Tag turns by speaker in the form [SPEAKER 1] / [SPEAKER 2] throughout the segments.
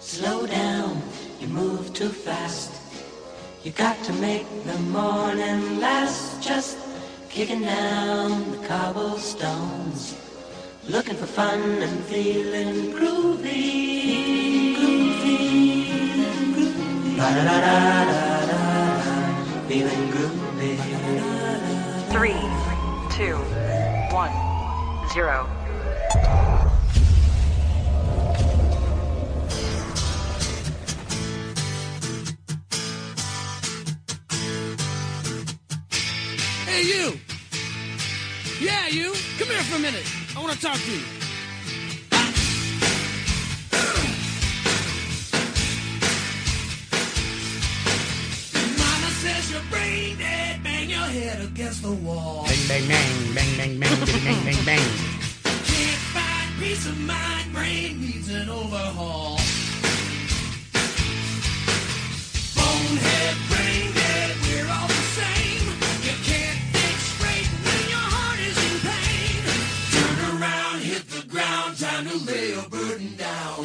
[SPEAKER 1] Slow down, you move too fast. You got to make the morning last. Just kicking down the cobblestones. Looking for fun and feeling groovy. Groovy. groovy. Ba-da-da-da-da-da. Feeling groovy.
[SPEAKER 2] Three, two, one, zero.
[SPEAKER 3] Hey, you! Yeah, you! Come here for a minute. I want to talk to you. Mama says you're brain dead. Bang your head against the wall.
[SPEAKER 4] Bang, bang, bang, bang, bang, bang, bang, bang, bang.
[SPEAKER 3] Can't find peace of mind. Brain needs an overhaul. Bonehead, brain dead, we're all the same. You can't think straight when your heart is in pain. Turn around, hit the ground. Time to lay your burden down.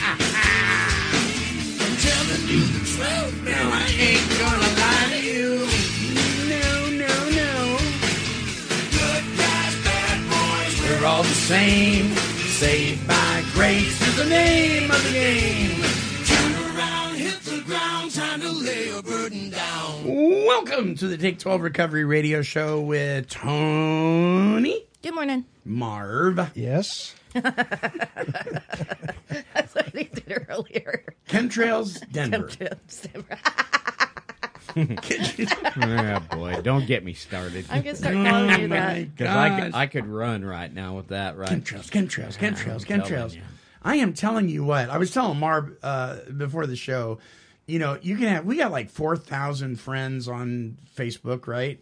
[SPEAKER 3] I'm telling you the truth. Now I ain't gonna lie to you. No, no, no. Good guys, bad boys, we're all the same. Saved by grace is the name of the game. Turn around, hit the ground, time to lay your burden down.
[SPEAKER 4] Welcome to the Take 12 Recovery Radio Show with Tony,
[SPEAKER 5] Good morning.
[SPEAKER 4] Marv,
[SPEAKER 6] Yes.
[SPEAKER 5] That's what I did earlier.
[SPEAKER 4] Chemtrails, Denver.
[SPEAKER 7] oh boy, don't get me started.
[SPEAKER 5] I'm gonna start calling you
[SPEAKER 4] Oh my
[SPEAKER 5] that.
[SPEAKER 7] Because I, could-
[SPEAKER 4] gosh.
[SPEAKER 7] I could run right now with that, right?
[SPEAKER 4] Chemtrails, chemtrails, chemtrails,
[SPEAKER 7] telling
[SPEAKER 4] chemtrails.
[SPEAKER 7] you.
[SPEAKER 4] I am telling you what. I was telling Marb uh, before the show. You know, you can have. We got like four thousand friends on Facebook, right?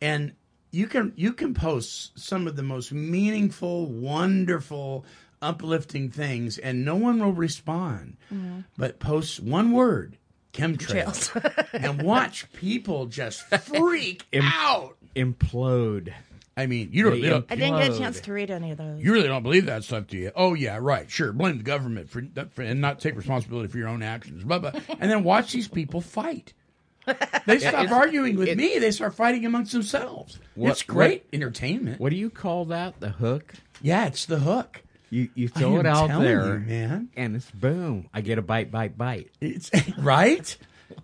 [SPEAKER 4] And you can you can post some of the most meaningful, wonderful, uplifting things, and no one will respond. But post one word, chemtrails, and watch people just freak out.
[SPEAKER 7] Implode.
[SPEAKER 4] I mean, you don't.
[SPEAKER 7] They
[SPEAKER 4] you don't
[SPEAKER 5] I didn't get a chance to read any of those.
[SPEAKER 4] you really don't believe that stuff, do you? Oh yeah, right. Sure, blame the government for, for and not take responsibility for your own actions. Blah blah. And then watch these people fight. They stop arguing with me. They start fighting amongst themselves.
[SPEAKER 7] What-
[SPEAKER 4] it's great entertainment.
[SPEAKER 7] What do you call that? The hook?
[SPEAKER 4] yeah, it's the hook.
[SPEAKER 7] You you
[SPEAKER 4] I
[SPEAKER 7] throw
[SPEAKER 4] am
[SPEAKER 7] it out
[SPEAKER 4] telling
[SPEAKER 7] there,
[SPEAKER 4] you, man.
[SPEAKER 7] and it's boom. I get a bite, bite, bite.
[SPEAKER 4] It's right.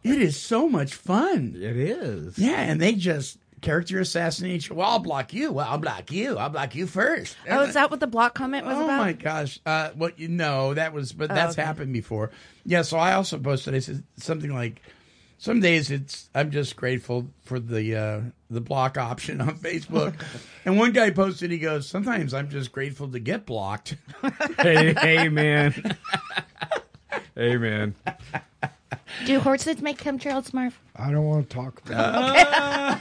[SPEAKER 4] It is so much fun.
[SPEAKER 7] It is.
[SPEAKER 4] Yeah, and they just character assassinate you. Well, I'll block you. Well, I'll block you. I'll block you first.
[SPEAKER 5] Oh, is that what the block comment was
[SPEAKER 4] oh
[SPEAKER 5] about? Oh,
[SPEAKER 4] my gosh! Uh, what you know that was, but that's happened before. Yeah. So I also posted. I said something like, "Some days it's I'm just grateful for the uh, the block option on Facebook." and one guy posted. He goes, "Sometimes I'm just grateful to get blocked."
[SPEAKER 7] Hey, amen. amen.
[SPEAKER 5] Do horses make chemtrails, Marv?
[SPEAKER 6] I don't want to talk about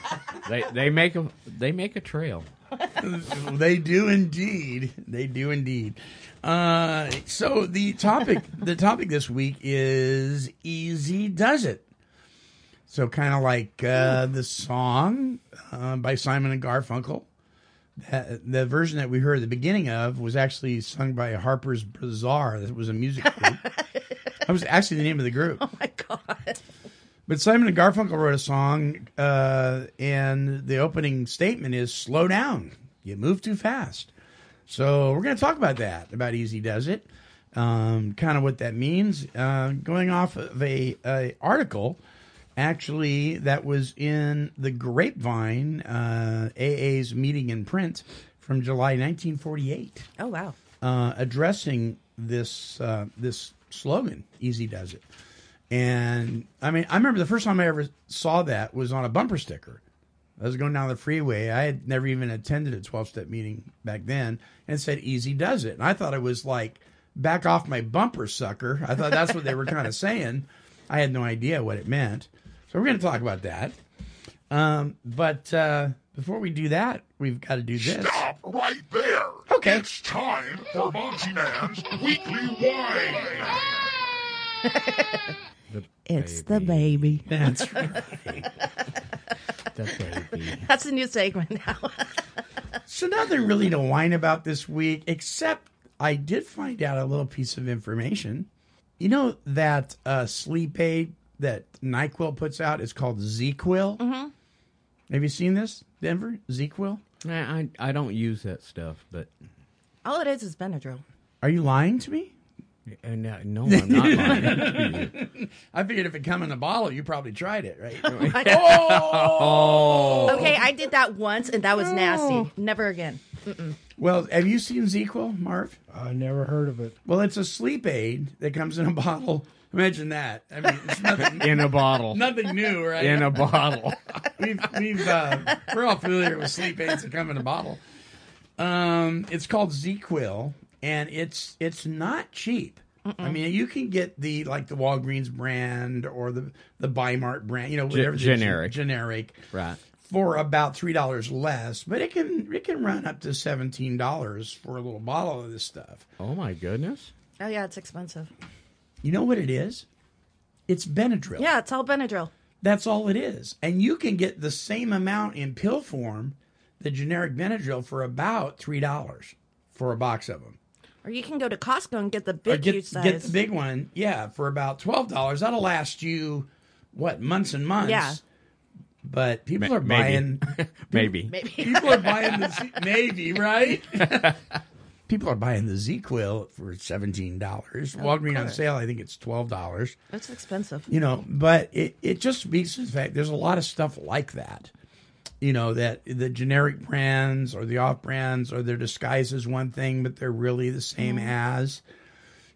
[SPEAKER 7] They they make a they make a trail.
[SPEAKER 4] they do indeed. They do indeed. Uh, so the topic the topic this week is easy does it. So kind of like uh, the song uh, by Simon and Garfunkel. That, the version that we heard at the beginning of was actually sung by Harper's Bazaar. That was a music group. that was actually the name of the group.
[SPEAKER 5] My God.
[SPEAKER 4] But Simon and Garfunkel wrote a song, uh, and the opening statement is "Slow down, you move too fast." So we're going to talk about that, about Easy Does It, um, kind of what that means. Uh, going off of a, a article, actually, that was in the Grapevine uh, AA's meeting in print from July 1948,
[SPEAKER 5] Oh wow.
[SPEAKER 4] uh, addressing this uh, this slogan, "Easy Does It." And I mean, I remember the first time I ever saw that was on a bumper sticker. I was going down the freeway. I had never even attended a 12 step meeting back then and it said, Easy does it. And I thought it was like back off my bumper, sucker. I thought that's what they were kind of saying. I had no idea what it meant. So we're going to talk about that. Um, but uh, before we do that, we've got to do this.
[SPEAKER 8] Stop right there.
[SPEAKER 4] Okay.
[SPEAKER 8] It's time for Monty Man's weekly wine.
[SPEAKER 9] It's the baby.
[SPEAKER 4] That's right.
[SPEAKER 7] The baby.
[SPEAKER 5] That's a new segment now.
[SPEAKER 4] So nothing really to whine about this week, except I did find out a little piece of information. You know that uh, sleep aid that NyQuil puts out is called ZQuil. Mm-hmm. Have you seen this, Denver? ZQuil?
[SPEAKER 7] Nah, I I don't use that stuff, but
[SPEAKER 5] All it is is Benadryl.
[SPEAKER 4] Are you lying to me?
[SPEAKER 7] and uh, no, I'm not lying.
[SPEAKER 4] I figured if it come in a bottle, you probably tried it, right?
[SPEAKER 5] Okay, I did that once and that was nasty. Never again.
[SPEAKER 4] well, have you seen ZQuil, Marv?
[SPEAKER 6] I never heard of it.
[SPEAKER 4] Well, it's a sleep aid that comes in a bottle. Imagine that. I mean, it's nothing,
[SPEAKER 7] in a bottle.
[SPEAKER 4] nothing new, right?
[SPEAKER 7] In a bottle.
[SPEAKER 4] we've, we've uh, we're all familiar with sleep aids that come in a bottle. Um, it's called ZQuil, and it's it's not cheap. I mean, you can get the like the Walgreens brand or the the Bimart brand, you know, whatever the cheap-
[SPEAKER 7] generic.
[SPEAKER 4] generic
[SPEAKER 7] right.
[SPEAKER 4] for about three dollars less, but it can it can run up to seventeen dollars for a little bottle of this stuff.
[SPEAKER 7] Oh my goodness.
[SPEAKER 5] Oh yeah, it's expensive.
[SPEAKER 4] You know what it is? It's Benadryl.
[SPEAKER 5] Yeah, it's all Benadryl.
[SPEAKER 4] That's all it is. And you can get the same amount in pill form, the generic Benadryl, for about $3 for a box of them.
[SPEAKER 5] Or you can go to Costco and get the
[SPEAKER 4] Or
[SPEAKER 5] big huge
[SPEAKER 4] get,
[SPEAKER 5] size.
[SPEAKER 4] get the big one, yeah, for about $12. That'll last you, what, months and months.
[SPEAKER 5] Yeah.
[SPEAKER 4] But people
[SPEAKER 7] Ma-
[SPEAKER 4] are
[SPEAKER 7] maybe.
[SPEAKER 4] buying,
[SPEAKER 7] Maybe.
[SPEAKER 5] Maybe.
[SPEAKER 4] people are buying the, Z- maybe, right? people are buying the ZQuil for $17. Walgreens on
[SPEAKER 5] course.
[SPEAKER 4] sale, I think it's $12.
[SPEAKER 5] It's expensive.
[SPEAKER 4] you know but it, it just speaks to the fact there's a lot of stuff like that you know that the generic brands or the off brands or their disguise as one thing but they're really the same
[SPEAKER 5] Mm-hmm.
[SPEAKER 4] as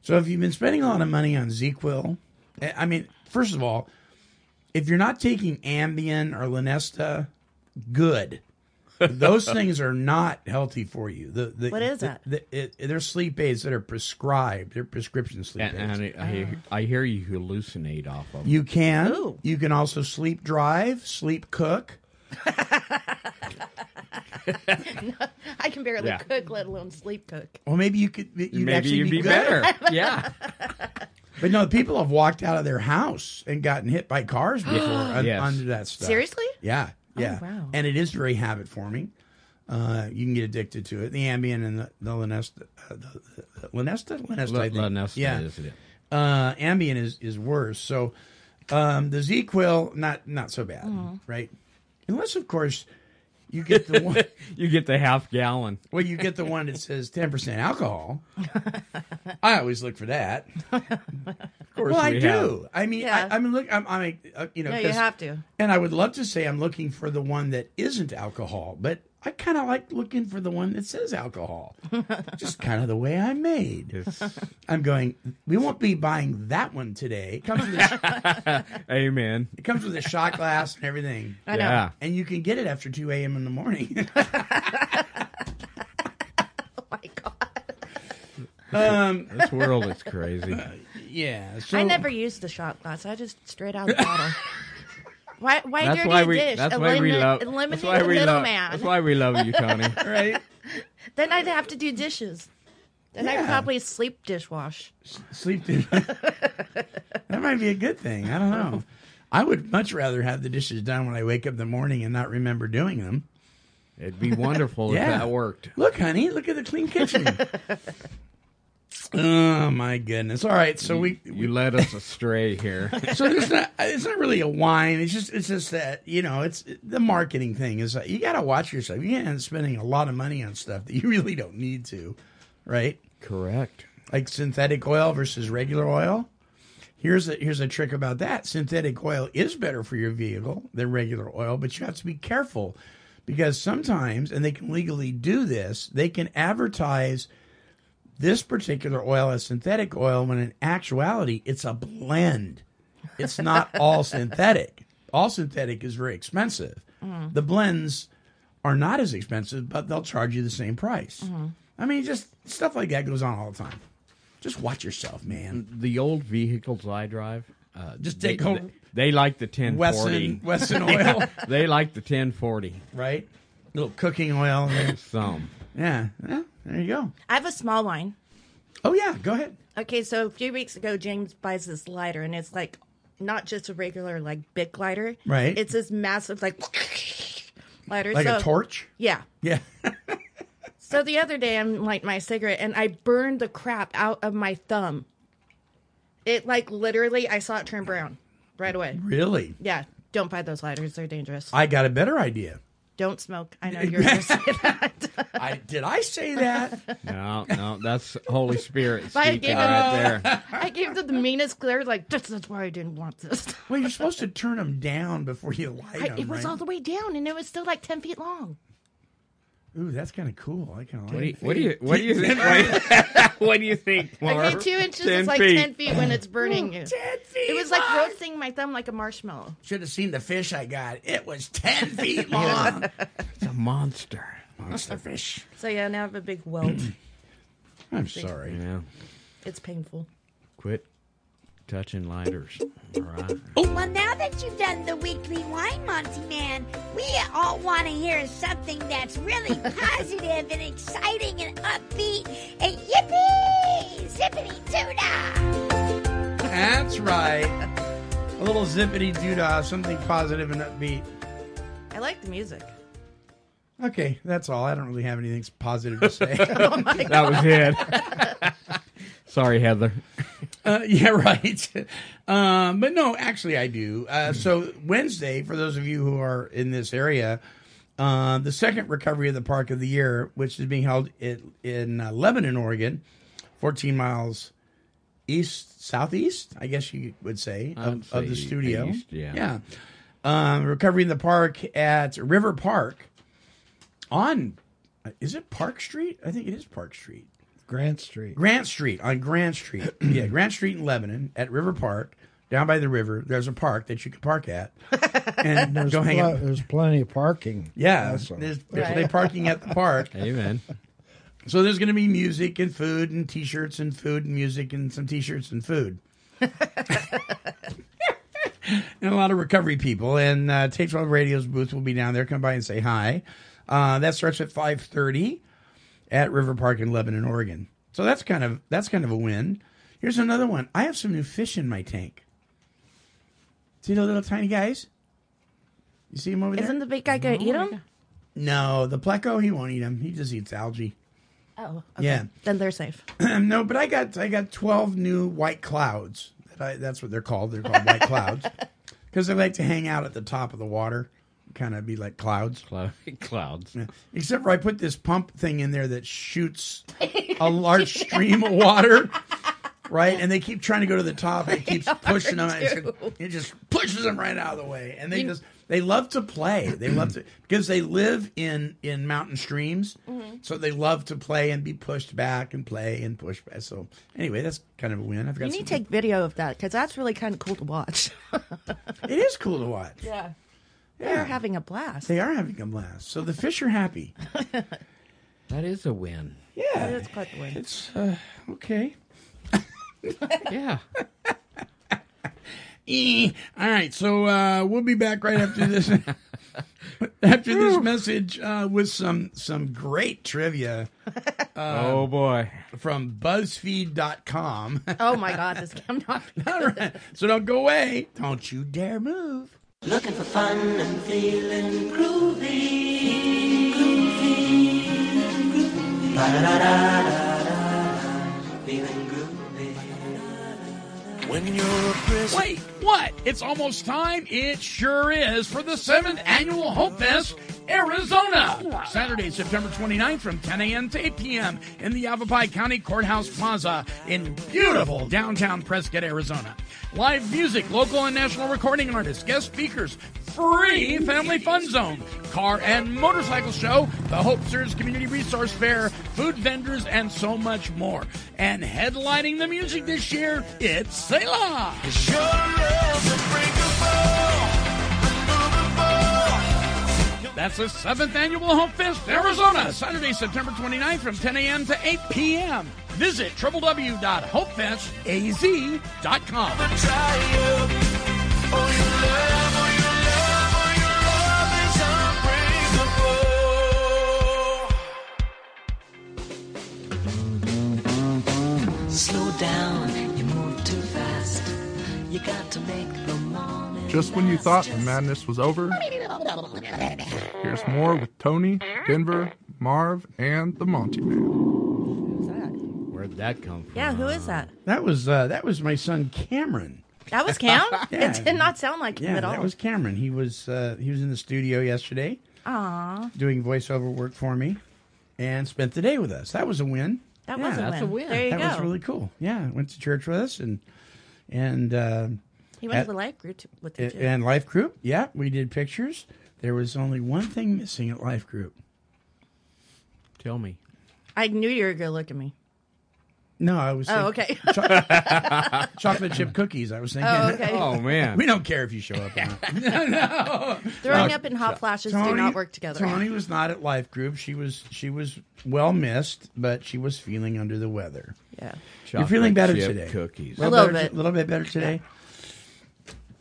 [SPEAKER 4] so if you've been spending a lot of money on ZQuil, I I mean, first of all, if you're not taking Ambien or Lunesta, good. Those things are not healthy for you. The, the,
[SPEAKER 5] What is
[SPEAKER 4] the-
[SPEAKER 5] that?
[SPEAKER 4] the- it, they're sleep aids that are prescribed. They're prescription sleep
[SPEAKER 7] And,
[SPEAKER 4] aids.
[SPEAKER 7] and I, I, hear- I hear you hallucinate off of.
[SPEAKER 4] You can.
[SPEAKER 5] Ooh.
[SPEAKER 4] You can also sleep drive, sleep cook.
[SPEAKER 5] I can barely
[SPEAKER 7] Yeah.
[SPEAKER 5] cook, let alone sleep cook.
[SPEAKER 4] Well, maybe you could. You'd
[SPEAKER 7] Maybe
[SPEAKER 4] actually
[SPEAKER 7] you'd be
[SPEAKER 4] good.
[SPEAKER 7] better. yeah.
[SPEAKER 4] But no, people have walked out of their house and gotten hit by cars before un-
[SPEAKER 7] Yes.
[SPEAKER 4] under that stuff.
[SPEAKER 5] Seriously? Oh,
[SPEAKER 4] Yeah, yeah.
[SPEAKER 5] wow.
[SPEAKER 4] And it is very habit forming. Uh, you can get addicted to it. The Ambien and the, the Lunesta, uh, the, the Lunesta, Lunesta, I think.
[SPEAKER 7] Lunesta,
[SPEAKER 4] yeah.
[SPEAKER 7] isn't it?
[SPEAKER 4] Uh, Ambien is is worse. So um, the ZQuil, not not so bad,
[SPEAKER 5] Mm.
[SPEAKER 4] right? Unless of course you get the one.
[SPEAKER 7] You get the half gallon.
[SPEAKER 4] Well, you get the one that says 10% alcohol. I always look for that.
[SPEAKER 7] Of course,
[SPEAKER 4] Well, I
[SPEAKER 7] we
[SPEAKER 4] do. I mean,
[SPEAKER 5] Yeah.
[SPEAKER 4] I, I mean, look, I'm, I'm uh, you know,
[SPEAKER 5] No, you
[SPEAKER 4] 'cause-
[SPEAKER 5] have to.
[SPEAKER 4] And I would love to say I'm looking for the one that isn't alcohol, but I kind of like looking for the one that says alcohol. Just kind of the way I'm made.
[SPEAKER 7] Have. It's-
[SPEAKER 4] I'm going. We won't be buying that one today. It comes with a,
[SPEAKER 7] Amen.
[SPEAKER 4] it comes with a shot glass and everything,
[SPEAKER 5] I know.
[SPEAKER 7] Yeah.
[SPEAKER 4] and you can get it after 2 a.m. in the morning.
[SPEAKER 5] Oh my god.
[SPEAKER 4] um,
[SPEAKER 7] This world is crazy.
[SPEAKER 4] yeah. So
[SPEAKER 5] I never used the shot glass. I just straight out of the bottle. Why? Why
[SPEAKER 7] That's
[SPEAKER 5] dirty
[SPEAKER 7] why
[SPEAKER 5] a
[SPEAKER 7] we.
[SPEAKER 5] dish?
[SPEAKER 7] That's why
[SPEAKER 5] eliminate
[SPEAKER 7] we love.
[SPEAKER 5] eliminate
[SPEAKER 7] That's why
[SPEAKER 5] the
[SPEAKER 7] we
[SPEAKER 5] little
[SPEAKER 7] love.
[SPEAKER 5] man.
[SPEAKER 7] That's why we love you, Tony.
[SPEAKER 4] right.
[SPEAKER 5] Then I'd have to do dishes. Then I'd
[SPEAKER 4] Yeah.
[SPEAKER 5] probably sleep dishwash.
[SPEAKER 4] sleep through. that might be a good thing. I don't know. I would much rather have the dishes done when I wake up in the morning and not remember doing them.
[SPEAKER 7] It'd be wonderful if
[SPEAKER 4] Yeah.
[SPEAKER 7] that worked.
[SPEAKER 4] Look, honey, look at the clean kitchen. oh my goodness! All right, so we
[SPEAKER 7] You led us astray here.
[SPEAKER 4] so there's not it's not really a wine. It's just it's just that you know it's the marketing thing is like, you got to watch yourself. You can't end up spending a lot of money on stuff that you really don't need to, right?
[SPEAKER 7] Correct.
[SPEAKER 4] like synthetic oil versus regular oil. Here's a here's a trick about that. Synthetic oil is better for your vehicle than regular oil, but you have to be careful because sometimes and they can legally do this, they can advertise this particular oil as synthetic oil when in actuality it's a blend. It's not all synthetic. All synthetic is very expensive. The blends are not as expensive, but they'll charge you the same price. I mean, just stuff like that goes on all the time. Just watch yourself, man.
[SPEAKER 7] the old vehicles I drive, uh,
[SPEAKER 4] Just
[SPEAKER 7] they-
[SPEAKER 4] take over-
[SPEAKER 7] They, they like the 1040.
[SPEAKER 4] Wesson, Wesson oil,
[SPEAKER 7] They like the 1040.
[SPEAKER 4] right? little cooking oil.
[SPEAKER 7] Some.
[SPEAKER 4] Yeah. yeah. There you go.
[SPEAKER 5] I have a small wine.
[SPEAKER 4] Oh, yeah. Go ahead.
[SPEAKER 5] Okay, so a few weeks ago, James buys this lighter, and it's like not just a regular like big lighter.
[SPEAKER 4] Right.
[SPEAKER 5] It's this massive like lighter.
[SPEAKER 4] Like
[SPEAKER 5] so,
[SPEAKER 4] a torch?
[SPEAKER 5] Yeah.
[SPEAKER 4] Yeah.
[SPEAKER 5] So the other day, I'm lighting my cigarette, and I burned the crap out of my thumb. It like literally, I saw it turn brown right away.
[SPEAKER 4] really?
[SPEAKER 5] Yeah. Don't buy those lighters; they're dangerous.
[SPEAKER 4] I got a better idea.
[SPEAKER 5] Don't smoke. I know you're going to say that.
[SPEAKER 4] I did I say that?
[SPEAKER 7] No, no, that's Holy Spirit
[SPEAKER 5] I
[SPEAKER 7] speaking
[SPEAKER 5] gave
[SPEAKER 7] right there.
[SPEAKER 5] I gave them the meanest glare, like this is why I didn't want this.
[SPEAKER 4] well, you're supposed to turn them down before you light
[SPEAKER 5] I,
[SPEAKER 4] them.
[SPEAKER 5] it was
[SPEAKER 4] right?
[SPEAKER 5] all the way down, and it was still like ten feet long.
[SPEAKER 4] Ooh, that's kind of cool. I kind of
[SPEAKER 7] What do you,
[SPEAKER 4] like.
[SPEAKER 7] what do you, what do you think? wait, what do you think, Marv?
[SPEAKER 5] Okay, two inches
[SPEAKER 7] Ten
[SPEAKER 5] is like
[SPEAKER 7] feet.
[SPEAKER 5] ten feet when it's burning you.
[SPEAKER 4] Ten feet.
[SPEAKER 5] It was like roasting my thumb like a marshmallow.
[SPEAKER 4] Should have seen the fish I got. It was ten feet long.
[SPEAKER 7] It's a monster.
[SPEAKER 4] Monster fish.
[SPEAKER 5] So yeah, now I have a big welt.
[SPEAKER 4] I'm sorry.
[SPEAKER 7] Yeah.
[SPEAKER 5] it's painful.
[SPEAKER 7] Quit touching lighters. All right.
[SPEAKER 6] Well, now that you've done the weekly wine, Monty Man, we all want to hear something that's really positive and exciting and upbeat and yippee! Zippity tuna!
[SPEAKER 4] That's right. A little zippity doodah, something positive and upbeat.
[SPEAKER 5] I like the music.
[SPEAKER 4] Okay, that's all. I don't really have anything positive to say.
[SPEAKER 7] That was it. Sorry, Heather.
[SPEAKER 4] Uh, yeah, right. Um, but no, actually, I do.
[SPEAKER 7] Hmm.
[SPEAKER 4] Uh, so Wednesday, for those of you who are in this area, uh, the second recovery of the park of the year, which is being held it, in uh, Lebanon, Oregon, 14 miles east, southeast, I guess you would say, of,
[SPEAKER 7] I'd
[SPEAKER 4] of the
[SPEAKER 7] say
[SPEAKER 4] studio.
[SPEAKER 7] east, yeah.
[SPEAKER 4] yeah. Um, recovery in the park at River Park on, uh, is it Park Street? I think it is Park Street.
[SPEAKER 10] Grant Street.
[SPEAKER 4] Grant Street on Grant Street. yeah, Grant Street in Lebanon at River Park, down by the river. There's a park that you can park at and go hang
[SPEAKER 10] Pl-
[SPEAKER 4] out.
[SPEAKER 10] There's plenty of parking.
[SPEAKER 4] Yeah,
[SPEAKER 10] Also.
[SPEAKER 4] there's, there's they parking at the park.
[SPEAKER 7] Amen.
[SPEAKER 4] So there's going to be music and food and t-shirts and food and music and some t-shirts and food. and a lot of recovery people and uh, Tape 12 Radio's booth will be down there. Come by and say hi. Uh, that starts at 5:30 at River Park in Lebanon, Oregon. So that's kind of that's kind of a win. Here's another one. I have some new fish in my tank. See the little tiny guys? You see them over there?
[SPEAKER 5] Isn't the big guy gonna eat them?
[SPEAKER 4] no, the pleco he won't eat them. He just eats algae.
[SPEAKER 5] Oh,
[SPEAKER 4] Yeah.
[SPEAKER 5] Then they're safe.
[SPEAKER 4] no, but I got I got twelve new white clouds. That I, that's what they're called. They're called white clouds because they like to hang out at the top of the water, kind of be like clouds.
[SPEAKER 7] Clou- Clouds.
[SPEAKER 4] Except for I put this pump thing in there that shoots a large stream of water. Right, and they keep trying to go to the top. It keeps pushing them. and It just, it just pushes them right out of the way, and they just they love to play. They love to because they live in in mountain streams,
[SPEAKER 5] Mm-hmm.
[SPEAKER 4] so they love to play and be pushed back and play and push back. So anyway, that's kind of a win. I've got
[SPEAKER 5] You need to
[SPEAKER 4] some-
[SPEAKER 5] take video of that because that's really kind of cool to watch.
[SPEAKER 4] It is cool to watch.
[SPEAKER 5] Yeah.
[SPEAKER 4] Yeah.
[SPEAKER 5] They're having a blast.
[SPEAKER 4] They are having a blast. So the fish are happy.
[SPEAKER 7] That is a win.
[SPEAKER 4] Yeah,
[SPEAKER 5] That's quite the way.
[SPEAKER 4] it's uh, okay.
[SPEAKER 7] Yeah.
[SPEAKER 4] Eh. All right, so uh, we'll be back right after this after this message uh, with some some great trivia
[SPEAKER 7] oh boy.
[SPEAKER 4] from BuzzFeed.com.
[SPEAKER 5] Oh my God, this I'm not.
[SPEAKER 4] All right, so don't go away. Don't you dare move.
[SPEAKER 1] Looking for fun and feeling groovy. Groovy. Groovy. Ba-da-da-da-da-da. Feeling groovy.
[SPEAKER 3] When you're a prisoner.
[SPEAKER 4] Wait, what? It's almost time. It sure is for the seventh annual Hope Fest, Arizona. Saturday, September 29th from 10 a.m. to 8 p.m. in the Yavapai County Courthouse Plaza in beautiful downtown Prescott, Arizona. Live music, local and national recording artists, guest speakers, free family fun zone, car and motorcycle show, the Hope Sears Community Resource Fair, food vendors, and so much more. And headlining the music this year, it's Selah.
[SPEAKER 3] Your love's unbreakable, unmovable. Your
[SPEAKER 11] That's the seventh annual Home Fest, Arizona, Saturday, September 29th from 10 a.m. to 8 p.m. Visit www.hopefestaz.com.
[SPEAKER 1] Slow down, you move too fast. You got to make the morning.
[SPEAKER 12] Just when you thought the madness was over, here's more with Tony, Denver, Marv, and the Monty Man.
[SPEAKER 7] Where'd that come from?
[SPEAKER 5] Yeah, who is that?
[SPEAKER 4] That was uh, that was my son Cameron.
[SPEAKER 5] That was Cam?
[SPEAKER 4] Yeah.
[SPEAKER 5] It did not sound like him
[SPEAKER 4] Yeah,
[SPEAKER 5] at all.
[SPEAKER 4] that was Cameron. He was uh, he was in the studio yesterday
[SPEAKER 5] Aw.
[SPEAKER 4] doing voiceover work for me, and spent the day with us. That was a win.
[SPEAKER 5] That
[SPEAKER 4] Yeah.
[SPEAKER 5] was a That's win. a win. There you
[SPEAKER 4] that was
[SPEAKER 5] go.
[SPEAKER 4] really cool. Yeah, went to church with us and and uh,
[SPEAKER 5] He went
[SPEAKER 4] at-
[SPEAKER 5] to the life group t- with you
[SPEAKER 4] a-
[SPEAKER 5] too.
[SPEAKER 4] and life group. Yeah, we did pictures. There was only one thing missing at life group.
[SPEAKER 7] Tell me.
[SPEAKER 5] I knew you were going to look at me.
[SPEAKER 4] No, I was.
[SPEAKER 5] Oh,
[SPEAKER 4] thinking-
[SPEAKER 5] okay.
[SPEAKER 4] Cho- chocolate chip cookies. I was thinking.
[SPEAKER 5] Oh, okay. Oh,
[SPEAKER 7] man.
[SPEAKER 4] we don't care if you show up. Or not.
[SPEAKER 5] no. Throwing
[SPEAKER 4] Uh,
[SPEAKER 5] up and hot flashes do
[SPEAKER 4] Tony-
[SPEAKER 5] not work together.
[SPEAKER 4] Tony was not at Life Group. She was she was well missed, but she was feeling under the weather.
[SPEAKER 5] Yeah,
[SPEAKER 4] you're feeling
[SPEAKER 7] Chocolate
[SPEAKER 4] better
[SPEAKER 7] chip
[SPEAKER 4] today.
[SPEAKER 7] cookies.
[SPEAKER 4] Well,
[SPEAKER 7] A little
[SPEAKER 4] better-
[SPEAKER 7] bit.
[SPEAKER 4] a little bit better today.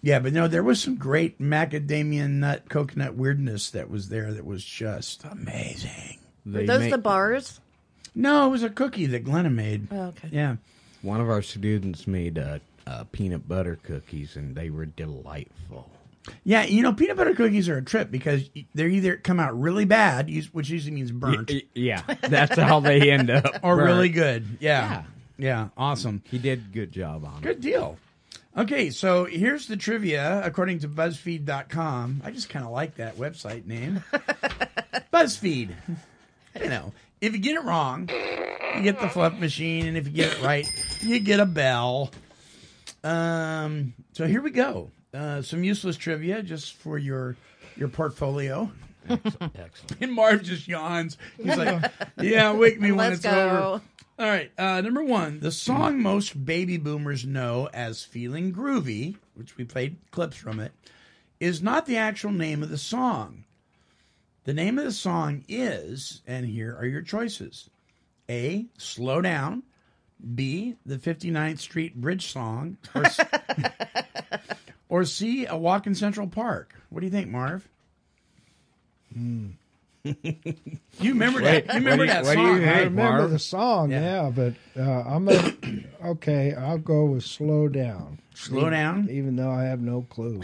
[SPEAKER 4] Yeah, but no, there was some great macadamia nut coconut weirdness that was there that was just amazing.
[SPEAKER 5] Were those the bars?
[SPEAKER 4] No, it was a cookie that Glenna made.
[SPEAKER 5] Oh, okay.
[SPEAKER 4] Yeah.
[SPEAKER 7] One of our students made uh, uh, peanut butter cookies, and they were delightful.
[SPEAKER 4] Yeah, you know, peanut butter cookies are a trip because they're either come out really bad, us- which usually means burnt.
[SPEAKER 7] Y- y- yeah, that's how they end up.
[SPEAKER 4] Or
[SPEAKER 7] burnt.
[SPEAKER 4] really good. Yeah. yeah. awesome.
[SPEAKER 7] He did good job on it.
[SPEAKER 4] Good deal. Okay, so here's the trivia according to BuzzFeed.com. I just kind of like that website name. BuzzFeed. You know, if you get it wrong, you get the fluff machine, and if you get it right, you get a bell. Um, so here we go. Uh, some useless trivia just for your your portfolio.
[SPEAKER 7] Excellent.
[SPEAKER 4] And Marv just yawns. He's like, "Yeah, wake me when
[SPEAKER 3] Let's
[SPEAKER 4] it's
[SPEAKER 3] go.
[SPEAKER 4] over." All right. Uh, number one, the song most baby boomers know as "Feeling Groovy," which we played clips from it, is not the actual name of the song. The name of the song is, and here are your choices: A. Slow down. B. The 59th Street Bridge Song. Or, s- or C. A Walk in Central Park. What do you think, Marv?
[SPEAKER 10] Hmm.
[SPEAKER 4] You remember that? You remember that song?
[SPEAKER 10] I remember the song, yeah, but uh, I'm a, okay. I'll go with "Slow Down."
[SPEAKER 4] Slow
[SPEAKER 10] Even-
[SPEAKER 4] Down?
[SPEAKER 10] even though I have no clue.